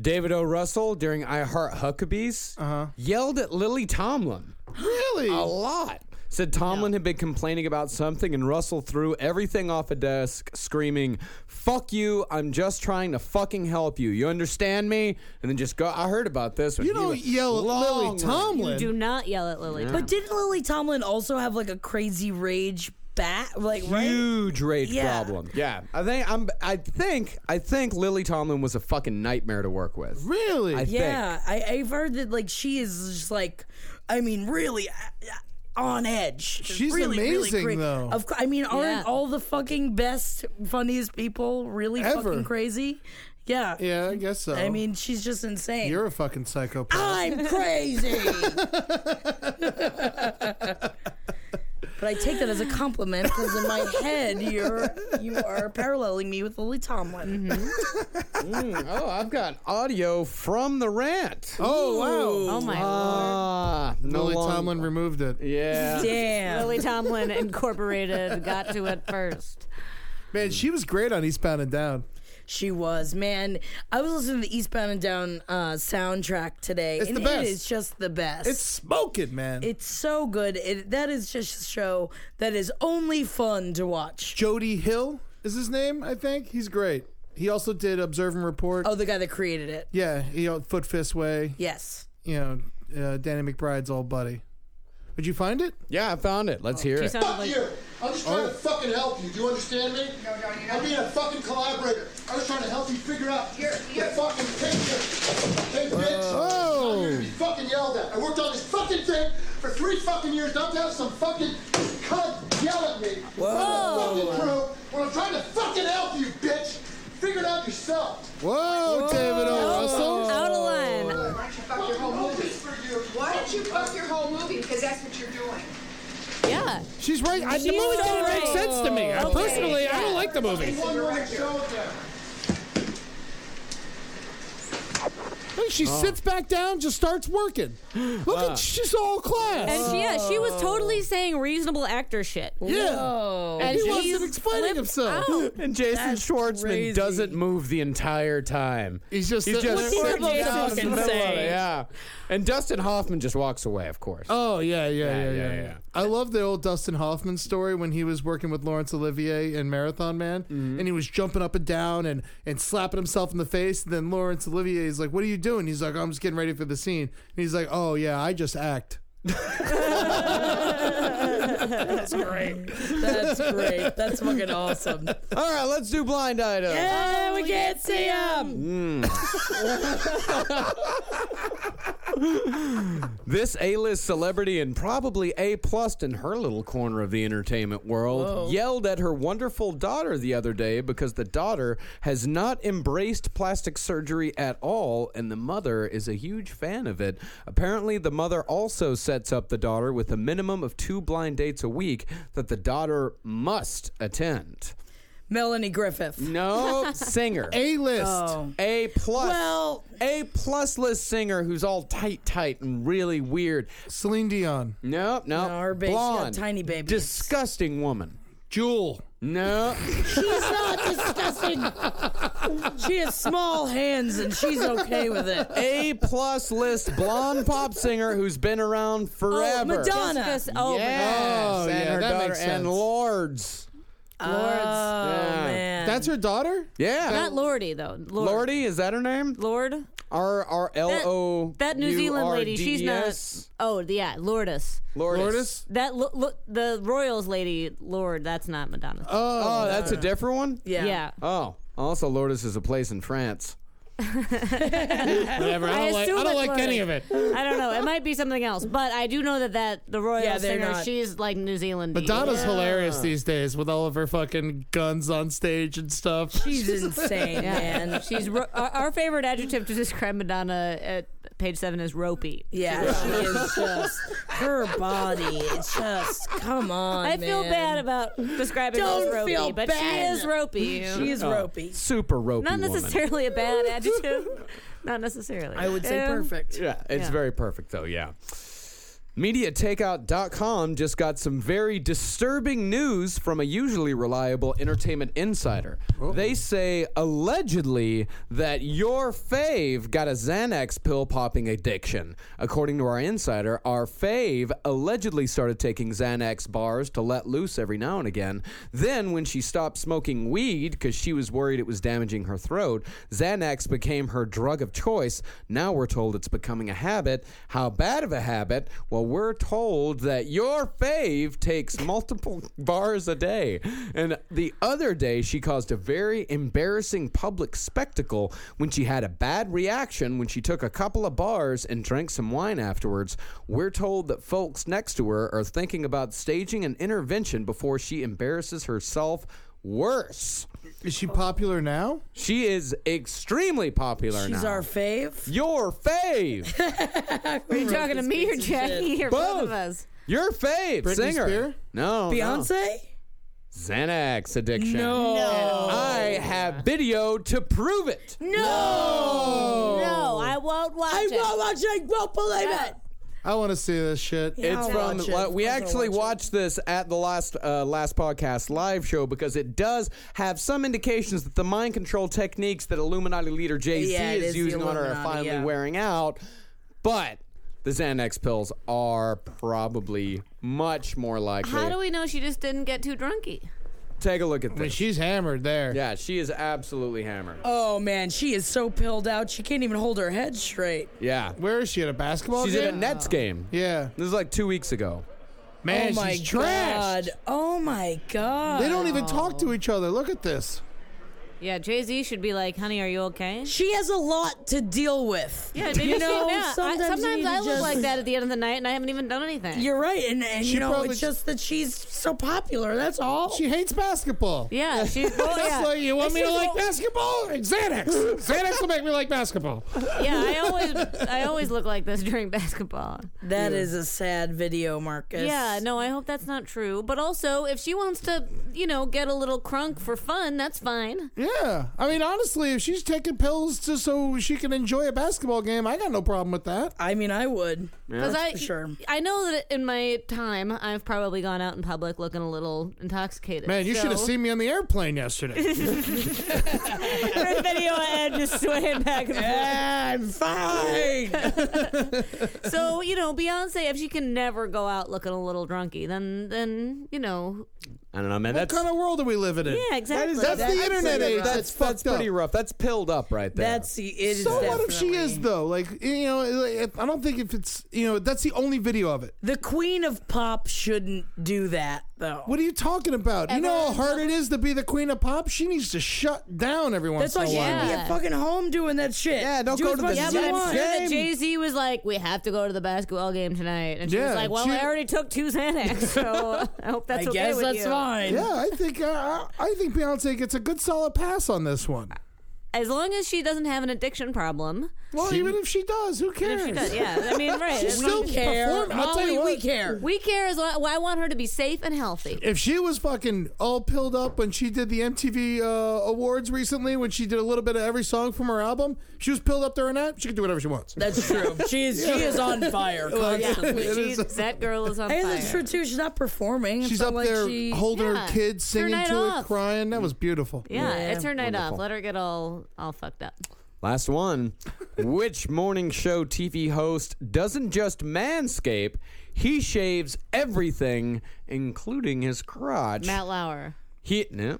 David O. Russell during I Heart Huckabees
Uh-huh.
yelled at Lily
[gasps]
Tomlin [gasps]
Really.
a
Oh,
lot. Said Tomlin had been complaining about something, and Russell threw everything off a desk, screaming, "Fuck you! I'm just trying to fucking help you. You understand me?" And then just go. I heard about this. One.
You
He
don't
was
yell at
long
Lily
with-
Tomlin.
Do not yell at Lily.
But didn't Lily Tomlin also have like a crazy rage bat? Like right?
Huge rage
Yeah.
problem. Yeah, I think I'm. I think I think Lily Tomlin was a fucking nightmare to work with.
really.
I think.
Yeah, I, I've heard that like she is just like, I mean, really. uh, uh, on edge. Just
She's
really, really
amazing,
cra-
though.
Of cou- I mean, aren't
Yeah.
all the fucking best, funniest people really
Ever.
fucking crazy? Yeah.
yeah, I guess so.
I mean, she's just insane.
you're a fucking psychopath. [laughs]
I'm crazy. but I take that as a compliment because in my head you're you are paralleling me with Lily Tomlin.
Oh, I've got audio from the rant.
oh wow.
Oh my lord.
Ah, no
Lily
long-
Tomlin removed it.
Yeah.
Damn.
Lily Tomlin Incorporated got to it first.
Man, she was great on Eastbound and Down.
She was, man. I was listening to the Eastbound and Down uh, soundtrack today.
It's
and
the best.
It is just the best.
It's smoking, man.
it's so good. It, that is just a show that is only fun to watch.
Jody Hill is his name, I think. He's great. He also did Observe and Report.
Oh, the guy that created it.
Yeah, you know, Foot Fist Way.
Yes.
You know, uh, Danny McBride's old buddy. Would you find it?
Yeah, I found it. Let's hear
She
it.
sounded like
I'm just trying to fucking help you. Do you understand me? No, no, you don't. I'm being a fucking collaborator. I was trying to help you figure out the fucking picture. Okay, bitch. I'm here to be fucking yelled at. I worked on this fucking thing for three fucking years not to have some fucking cunt yell at me. Whoa. Fucking crew. When I'm trying to fucking help you, bitch. Figure it out yourself.
Whoa, David O. Russell.
Oh, out of line.
Why don't you fuck your whole movie? Why don't you fuck your whole movie? Because that's what you're doing.
Yeah.
She's right. I, the
She's
movie
so
didn't make
right.
sense to me. I
Okay,
personally, I don't like the movie.
One woman show it there.
Look, she sits back down, just starts working. Look at she's all class.
And she, yeah, she
Oh.
was totally saying reasonable actor shit.
yeah.
And
he
he's
wasn't explaining
flipped
himself. [laughs]
Oh. out. Oh,
And Jason Schwartzman
crazy.
doesn't move the entire time.
He's just
He's
sitting
just
there.
sitting
What
down in the
Jason
middle of it.
saying?
Yeah. And Dustin Hoffman just walks away, of course.
Oh yeah yeah yeah, yeah,
yeah,
yeah,
yeah.
I love the old Dustin Hoffman story when he was working with Laurence Olivier in Marathon Man, and he was jumping up and down and and slapping himself in the face. And then Laurence Olivier is like, "What are you doing?" He's like, "I'm just getting ready for the scene." And he's like, "Oh yeah, I just act."
That's great. That's great. That's fucking
[laughs]
awesome.
All right, let's do blind item.
Yeah, we can't see him.
This A-list celebrity and probably A-plus in her little corner of the entertainment world yelled at her wonderful daughter the other day because the daughter has not embraced plastic surgery at all and the mother is a huge fan of it. Apparently the mother also sets up the daughter with a minimum of 2 blind dates a week that the daughter must attend.
Melanie Griffith.
No singer.
A list.
A plus,
Well-
A plus list singer who's all tight, tight, and really weird.
Celine Dion,
Nope, nope.
No, her ba- she got
Blonde,
tiny babies.
disgusting woman.
Jewel.
No,
She's not disgusting. she has small hands and she's okay with it.
A plus list blonde pop singer who's been around forever.
Madonna.
Just- oh,
Yes,
Oh,
and
yeah,
her
that
daughter
makes
and
sense.
Lords.
Oh
Yeah.
man,
That's her daughter.
Yeah,
Not Lordy, though. Lord.
Lordy is that her name?
Lord?
R R L
That,
O.
that New Zealand lady, she's not.
U-R-D-E-S?
Oh, yeah, Lourdes.
Lourdes.
That lo- lo- the Royals lady, Lord, that's not Madonna. Oh,
Oh, that's a different one.
yeah.
yeah.
Oh, also Lourdes is a place in France.
Whatever.
I assume it's Lordy.
it.
I don't know. It might be something else, but I do know that that the Royals
Yeah, they're
singer,
not-
she's like New Zealand.
Madonna's hilarious these days with all of her fucking guns on stage and stuff. [laughs]
she's insane, man.
She's ro- our, our favorite adjective to describe Madonna at page seven is ropey.
Yeah, she [laughs] is just her body. It's just come on.
I feel
man.
bad about describing her
Don't
as ropey,
feel
but
bad.
she is ropey.
She is ropey.
Super ropey.
Not
woman.
necessarily a bad adjective. Not necessarily. Um,
I would say
Yeah.
perfect.
Yeah, it's very perfect though, yeah. MediaTakeout.com just got some very disturbing news from a usually reliable entertainment insider. They say allegedly that your fave got a Xanax pill popping addiction. According to our insider, our fave allegedly started taking Xanax bars to let loose every now and again. Then, when she stopped smoking weed because she was worried it was damaging her throat, Xanax became her drug of choice. Now we're told it's becoming a habit. How bad of a habit? Well, we're told that your fave takes multiple [laughs] bars a day. And the other day, she caused a very embarrassing public spectacle when she had a bad reaction when she took a couple of bars and drank some wine afterwards. We're told that folks next to her are thinking about staging an intervention before she embarrasses herself worse.
Is she popular now?
She is extremely popular
She's
now.
our fave.
Your fave.
Are you talking to me or Jackie or both,
Both.
of us?
Your fave
Britney
singer.
Spears?
No. no.
Beyonce.
Xanax addiction. No. I have video to prove it.
No.
No, I won't watch
I
it.
won't watch it. I won't believe it.
I want to see this shit.
it's from li- we actually watched this at the last uh, last podcast live show because it does have some indications that the mind control techniques that Illuminati leader Jay Z
Yeah, it
is,
is the
using on her are
Illuminati,
finally
yeah.
wearing out, but. The Xanax pills are probably much more likely.
How do we know she just didn't get too drunky?
Take a look at this.
she's hammered there.
Yeah, she is absolutely hammered.
Oh man, she is so pilled out she can't even hold her head straight.
Yeah.
Where is she at a basketball
she's
game?
at a Oh Nets game.
Yeah.
This is like two weeks ago.
Man,
oh my
she's trashed.
god. Oh my god.
They don't even talk to each other. Look at this.
Yeah, Jay Z should be like, "Honey, are you okay?"
She has a lot to deal with. [laughs]
Yeah, maybe
you know,
she, yeah.
sometimes,
I,
you
sometimes
need
I
to
look
just-
like that at the end of the night, and I haven't even done anything.
You're right, and, and
She
you know
probably
it's just that she's so popular. That's all.
She hates basketball.
[laughs]
Yeah, she. Oh,
That's
yeah.
like, you want
It's
me to
just
like
all-
basketball? Xanax.
[laughs]
Xanax will make me like basketball.
yeah, I always,
[laughs]
I always look like this during basketball.
That is a sad video, Marcus.
Yeah, no, I hope that's not true. But also, if she wants to, you know, get a little crunk for fun, that's fine.
Yeah. I mean, honestly, if she's taking pills just so she can enjoy a basketball game, I got no problem with that.
I mean, I would.
Because I,
for sure.
I know that in my time, I've probably gone out in public looking a little intoxicated.
Man, you
So-
should
[laughs]
have seen me on the airplane
[laughs]
yesterday.
First video I had just swaying back and forth.
I'm fine.
So you know, Beyonce, if she can never go out looking a little drunky, then then you know,
I don't know, man.
what
That's
kind of world are we living in?
yeah, exactly.
That's
That's
the internet
pretty
age.
rough.
That's,
that's,
fucked
that's pretty
up.
rough. That's pilled up right there.
That's the it is
So what if she
definitely-
is though? Like you know, like, if, I don't think if it's you know that's the only video of it.
The queen of pop shouldn't do that though.
What are you talking about? You know how hard it is to be the queen of pop. She needs to shut down every once
That's why
in
she
a while.
should be at fucking home doing that shit.
Yeah, don't
do
go
as
to
much
the
as
Yeah,
you
but I'm
want.
sure
Same.
that Jay Z was like, "We have to go to the basketball game tonight," and she
Yeah,
was like, "Well,
she-
I already took two Xanax, so I hope that's
I
okay
guess
with
that's
you."
fine.
Yeah, I think uh, I, I think Beyonce gets a good solid pass on this one.
As long as she doesn't have an addiction problem,
Well, even if she does, who cares?
she does. Yeah, I mean, right?
She's
As
still
long as-
care.
performing. I'll tell
Molly,
you what.
we care.
we care as well. I want her to be safe and healthy.
If she was fucking all pilled up when she did the MTV uh, awards recently, when she did a little bit of every song from her album, she was pilled up during that. She could do whatever she
[laughs]
wants.
That's true. She is she is on
[laughs]
fire. constantly.
It
She,
is-
that girl is on
Hey,
fire.
that's true too. She's not performing. It's
She's
not
up
like
there
She,
holding
Yeah.
her kids,
Her
singing
night
to it,
off.
crying. That was beautiful.
Yeah, it's her night
Wonderful.
off. Let her get all all fucked up.
Last
[laughs]
one. Which morning show TV host doesn't just manscape, he shaves everything, including his crotch.
Matt Lauer.
He no.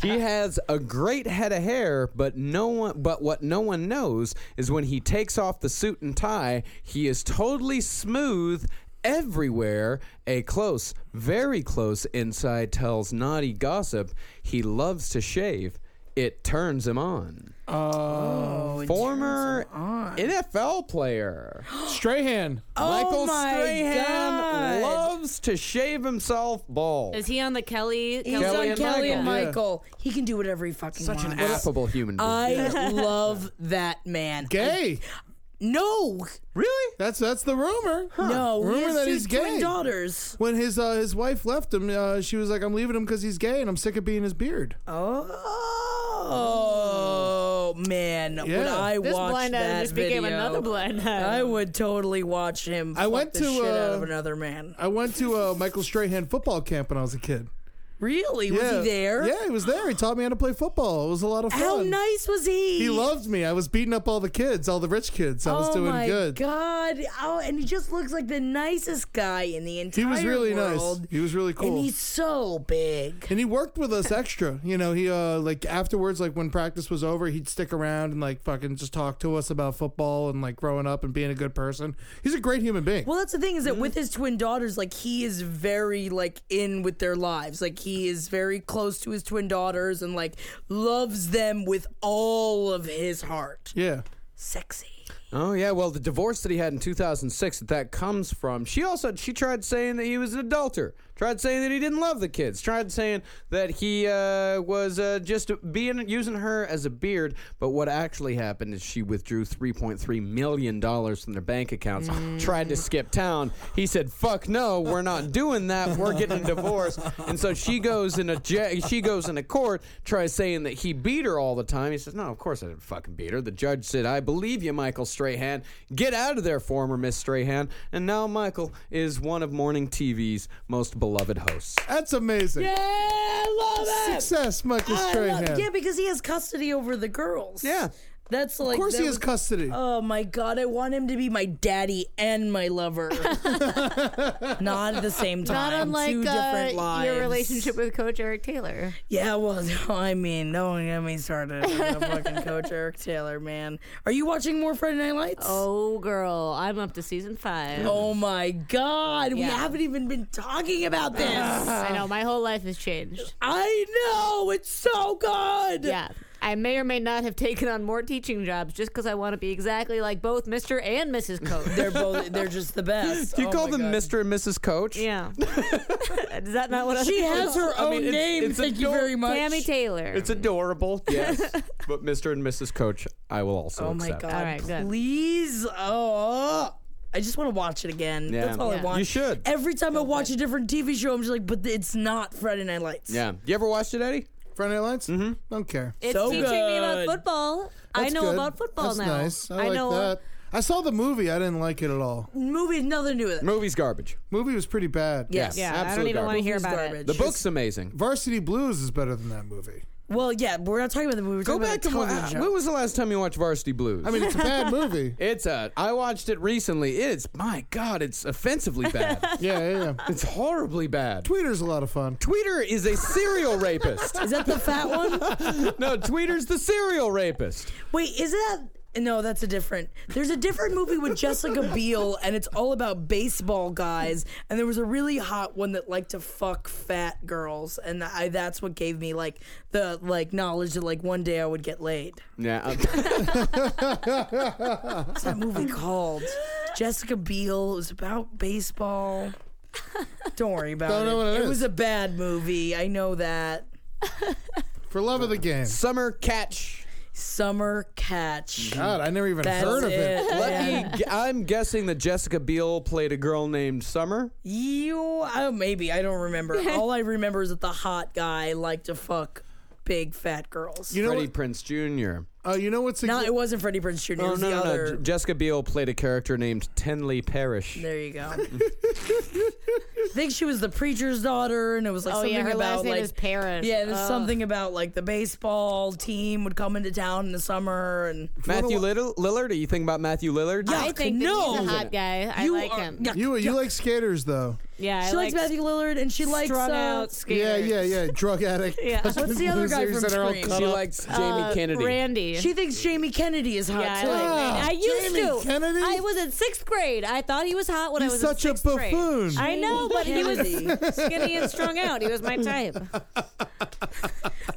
he has a great head of hair, but no one but what no one knows is when he takes off the suit and tie, he is totally smooth everywhere. A close, very close inside tells naughty gossip he loves to shave. It turns him on. Oh, former NFL
[gasps]
player.
Strahan.
Michael
Oh my
Strahan
God.
loves to shave himself bald.
Is he on the Kelly?
He's
Kelly
on
and
Kelly and
Michael.
Michael. He can do whatever he fucking
Such an
wants.
affable human being.
I love that man.
Gay.
No,
really?
That's that's the rumor.
no. he
Rumor
has
that
two
he's
twin
gay.
daughters.
When his uh, his wife left him, uh, she was like, "I'm leaving him because he's gay, and I'm sick of being his beard."
Oh man, when
Yeah.
I
This
watched
blind
that
item just
video,
became another blind item.
I would totally watch him.
I
fuck
went
the
to,
shit out
uh,
of another man.
I went to uh, Michael Strahan football camp when I was a kid.
Really? Was he there?
Yeah, he was there. He taught me how to play football. It was a lot of fun.
How nice was he?
He loved me. I was beating up all the kids, all the rich kids. I was
oh
doing
my
good.
god! Oh, and he just looks like the nicest guy in the entire
He was really
world.
nice. He was really cool.
And he's so big.
And he worked with us extra. You know, he uh like afterwards, like when practice was over, he'd stick around and like fucking just talk to us about football and like growing up and being a good person. He's a great human being.
Well, that's the thing is that
Mm-hmm.
with his twin daughters, like he is very like in with their lives. Like he is very close to his twin daughters and like loves them with all of his heart.
yeah.
Sexy.
Oh yeah, well the divorce that he had in 2006 that that comes from. She also she tried saying that he was an adulterer, Tried saying that he didn't love the kids. Tried saying that he uh, was uh, just being using her as a beard. But what actually happened is she withdrew 3.3 million dollars from their bank accounts. Tried to skip town. He said, "Fuck no, we're not doing that. We're
[laughs]
getting a divorce." And so she goes in a ja- she goes in a court. Tries saying that he beat her all the time. He says, "No, of course I didn't fucking beat her." The judge said, "I believe you, Michael Strahan. Get out of there, former Miss Strahan." And now Michael is one of morning TV's most beloved hosts.
That's amazing.
I love it.
Success, Michael
I
Strahan.
love- yeah, because he has custody over the girls.
Yeah.
That's like
course
that
he has
was-
custody.
Oh my god, I want him to be my daddy and my
[laughs]
lover. Not at the same time.
Not unlike
Two different
uh,
lives.
your relationship with Coach Eric Taylor.
Yeah, well, [laughs] no, I mean, no one get me started.
[laughs]
on the fucking coach Eric Taylor, man. Are you watching more Friday Night Lights?
Oh, girl, I'm up to season five.
Oh my God, we
Yeah.
haven't even been talking about this.
[sighs] I know my whole life has changed.
I know it's so good.
Yeah. I may or may not have taken on more teaching jobs just because I want to be exactly like both Mr. and
[laughs]
Mrs. Coach.
They're both. They're just the best.
Do [laughs] you
Oh
call
my
them
God.
Mr. and Mrs. Coach?
[laughs]
yeah. Is that not what I
She has her
I
own
mean, it's-
name.
it's
Thank you
ador-
very much.
Tammy Taylor.
It's
[laughs]
adorable, yes. but Mr. and Mrs. Coach, I will also
Oh my
accept.
god!
All right, good.
please. Oh, I just want to watch it again.
Yeah.
That's all I
Yeah.
want.
You should.
Every time I watch a different TV show, I'm just like, but it's not Friday Night Lights.
Yeah. You ever watched it, Eddie?
Friday Night Lights? Mm-hmm. Don't care.
It's
so
teaching me about
good.
football. I
That's
know
good.
about football
That's
now.
Nice. I, like
know
that. I saw the movie. I didn't like it at all.
Movie, nothing to do with it.
Movie's garbage.
Movie was pretty bad.
Yes.
Yeah, I
Absolute
don't even want
garbage.
to hear about
Garbage.
it.
The book's amazing.
Varsity Blues is better than that movie.
Well, yeah, we're not talking about the movie. We're
Go
talking
back to
about the
when,
television
when
show.
was the last time you watched Varsity Blues? [laughs]
I mean, it's a bad
[laughs]
movie.
it's a. I watched it recently. It's my God. It's offensively [laughs] bad.
Yeah, yeah, yeah.
it's horribly bad.
Tweeter's a lot of fun.
Tweeter is a [laughs] serial rapist.
Is that the fat one?
no, Tweeter's the serial rapist.
Wait, is that? No, that's a different. There's a different movie with Jessica Biel, and it's all about baseball guys. And there was a really hot one that liked to fuck fat girls, and I, that's what gave me like the like knowledge that like one day I would get laid.
Yeah. um,
What's that movie called? Jessica Biel. It was about baseball. Don't worry about
Don't
it.
know what it
it
is.
was a bad movie. I know that.
For love of the
[laughs]
game.
Summer catch.
Summer Catch.
God, I never even
That's
heard of it.
it.
Let
Yeah.
me. gu- I'm guessing that Jessica Biel played a girl named Summer.
You, oh, maybe I don't remember. All I remember is that the hot guy liked to fuck big fat girls.
You know,
Freddie
what,
Prince Jr.
uh, you know what's a
no,
good-
it wasn't Freddie Prinze Jr. It
Oh
was
no,
the
no,
other.
no! J- Jessica Biel played a character named Tenley Parrish.
There you
[laughs]
go. I think she was the preacher's daughter, and it was like
Oh,
something
yeah, her
about
last name
like
is Parrish.
Yeah, there's
Ugh.
something about like the baseball team would come into town in the summer, and
Matthew Little, Lillard. Are you thinking about Matthew Lillard?
Yeah.
I
Yuck,
think that
no.
he's a hot guy. I
You
like
are-
him.
yeah,
you you like skaters though.
Yeah,
she
I
likes
like
Matthew Lillard, and she likes
strung
uh,
out
Yeah,
skaters.
yeah, yeah.
[laughs]
Drug addict.
[laughs] Yeah.
husband
What's the other guy
losers
from
that are all
Scream?
cut
She
up.
likes Jamie
Uh,
Kennedy.
Randy.
She thinks Jamie Kennedy is hot
yeah, I,
too. Ah.
like
Wow.
Randy. I used
Jamie
to.
Kennedy?
I was in sixth grade. I thought he was hot when I
He's
was
such a
in sixth grade.
buffoon.
I know, but he
Kennedy.
was skinny and strung out. He was my type.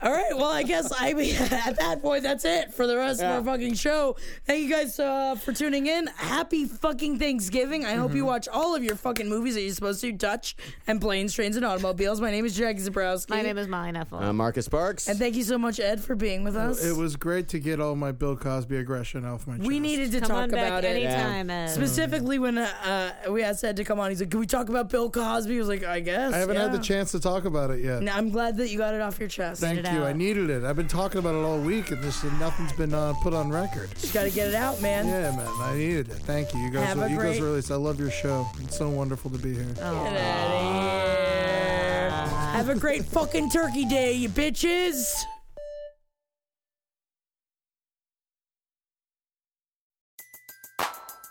All right. Well, I guess I mean [laughs] at that point, that's it for the rest of our fucking show. Thank you guys uh, for tuning in. Happy fucking Thanksgiving. I hope
Mm-hmm.
you watch all of your fucking movies that you're supposed to. Dutch and Planes, Trains, and Automobiles. My name is Jackie Zabrowski.
My name is Molly Neffel.
Um,
Uh, Marcus Sparks.
And thank you so much, Ed, for being with us.
It was great to get all my Bill Cosby aggression off my chest.
we needed to
Come
talk
on back
about it.
anytime. Ed.
Specifically, when uh, uh, we asked Ed to come on, he's like, "Can we talk about Bill Cosby?" He was like, "I guess."
I haven't had the
yeah."
chance to talk about it yet.
And I'm glad that you got it off your chest.
Thank
it
you. I
out.
needed it. I've been talking about it all week, and just nothing's been uh, put on record.
Just got to get it out, man.
Yeah, man. I needed it. Thank you. You guys,
Have a
you guys
great-
really. I love your show. It's so wonderful to be here.
Get outta here. Have a great fucking turkey day, you bitches.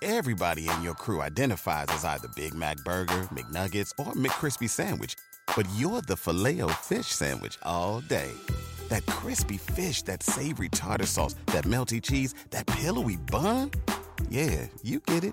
Everybody in your crew identifies as either Big Mac Burger, McNuggets, or McCrispy Sandwich. But you're the filet fish Sandwich all day. That crispy fish, that savory tartar sauce, that melty cheese, that pillowy bun. Yeah, you get it.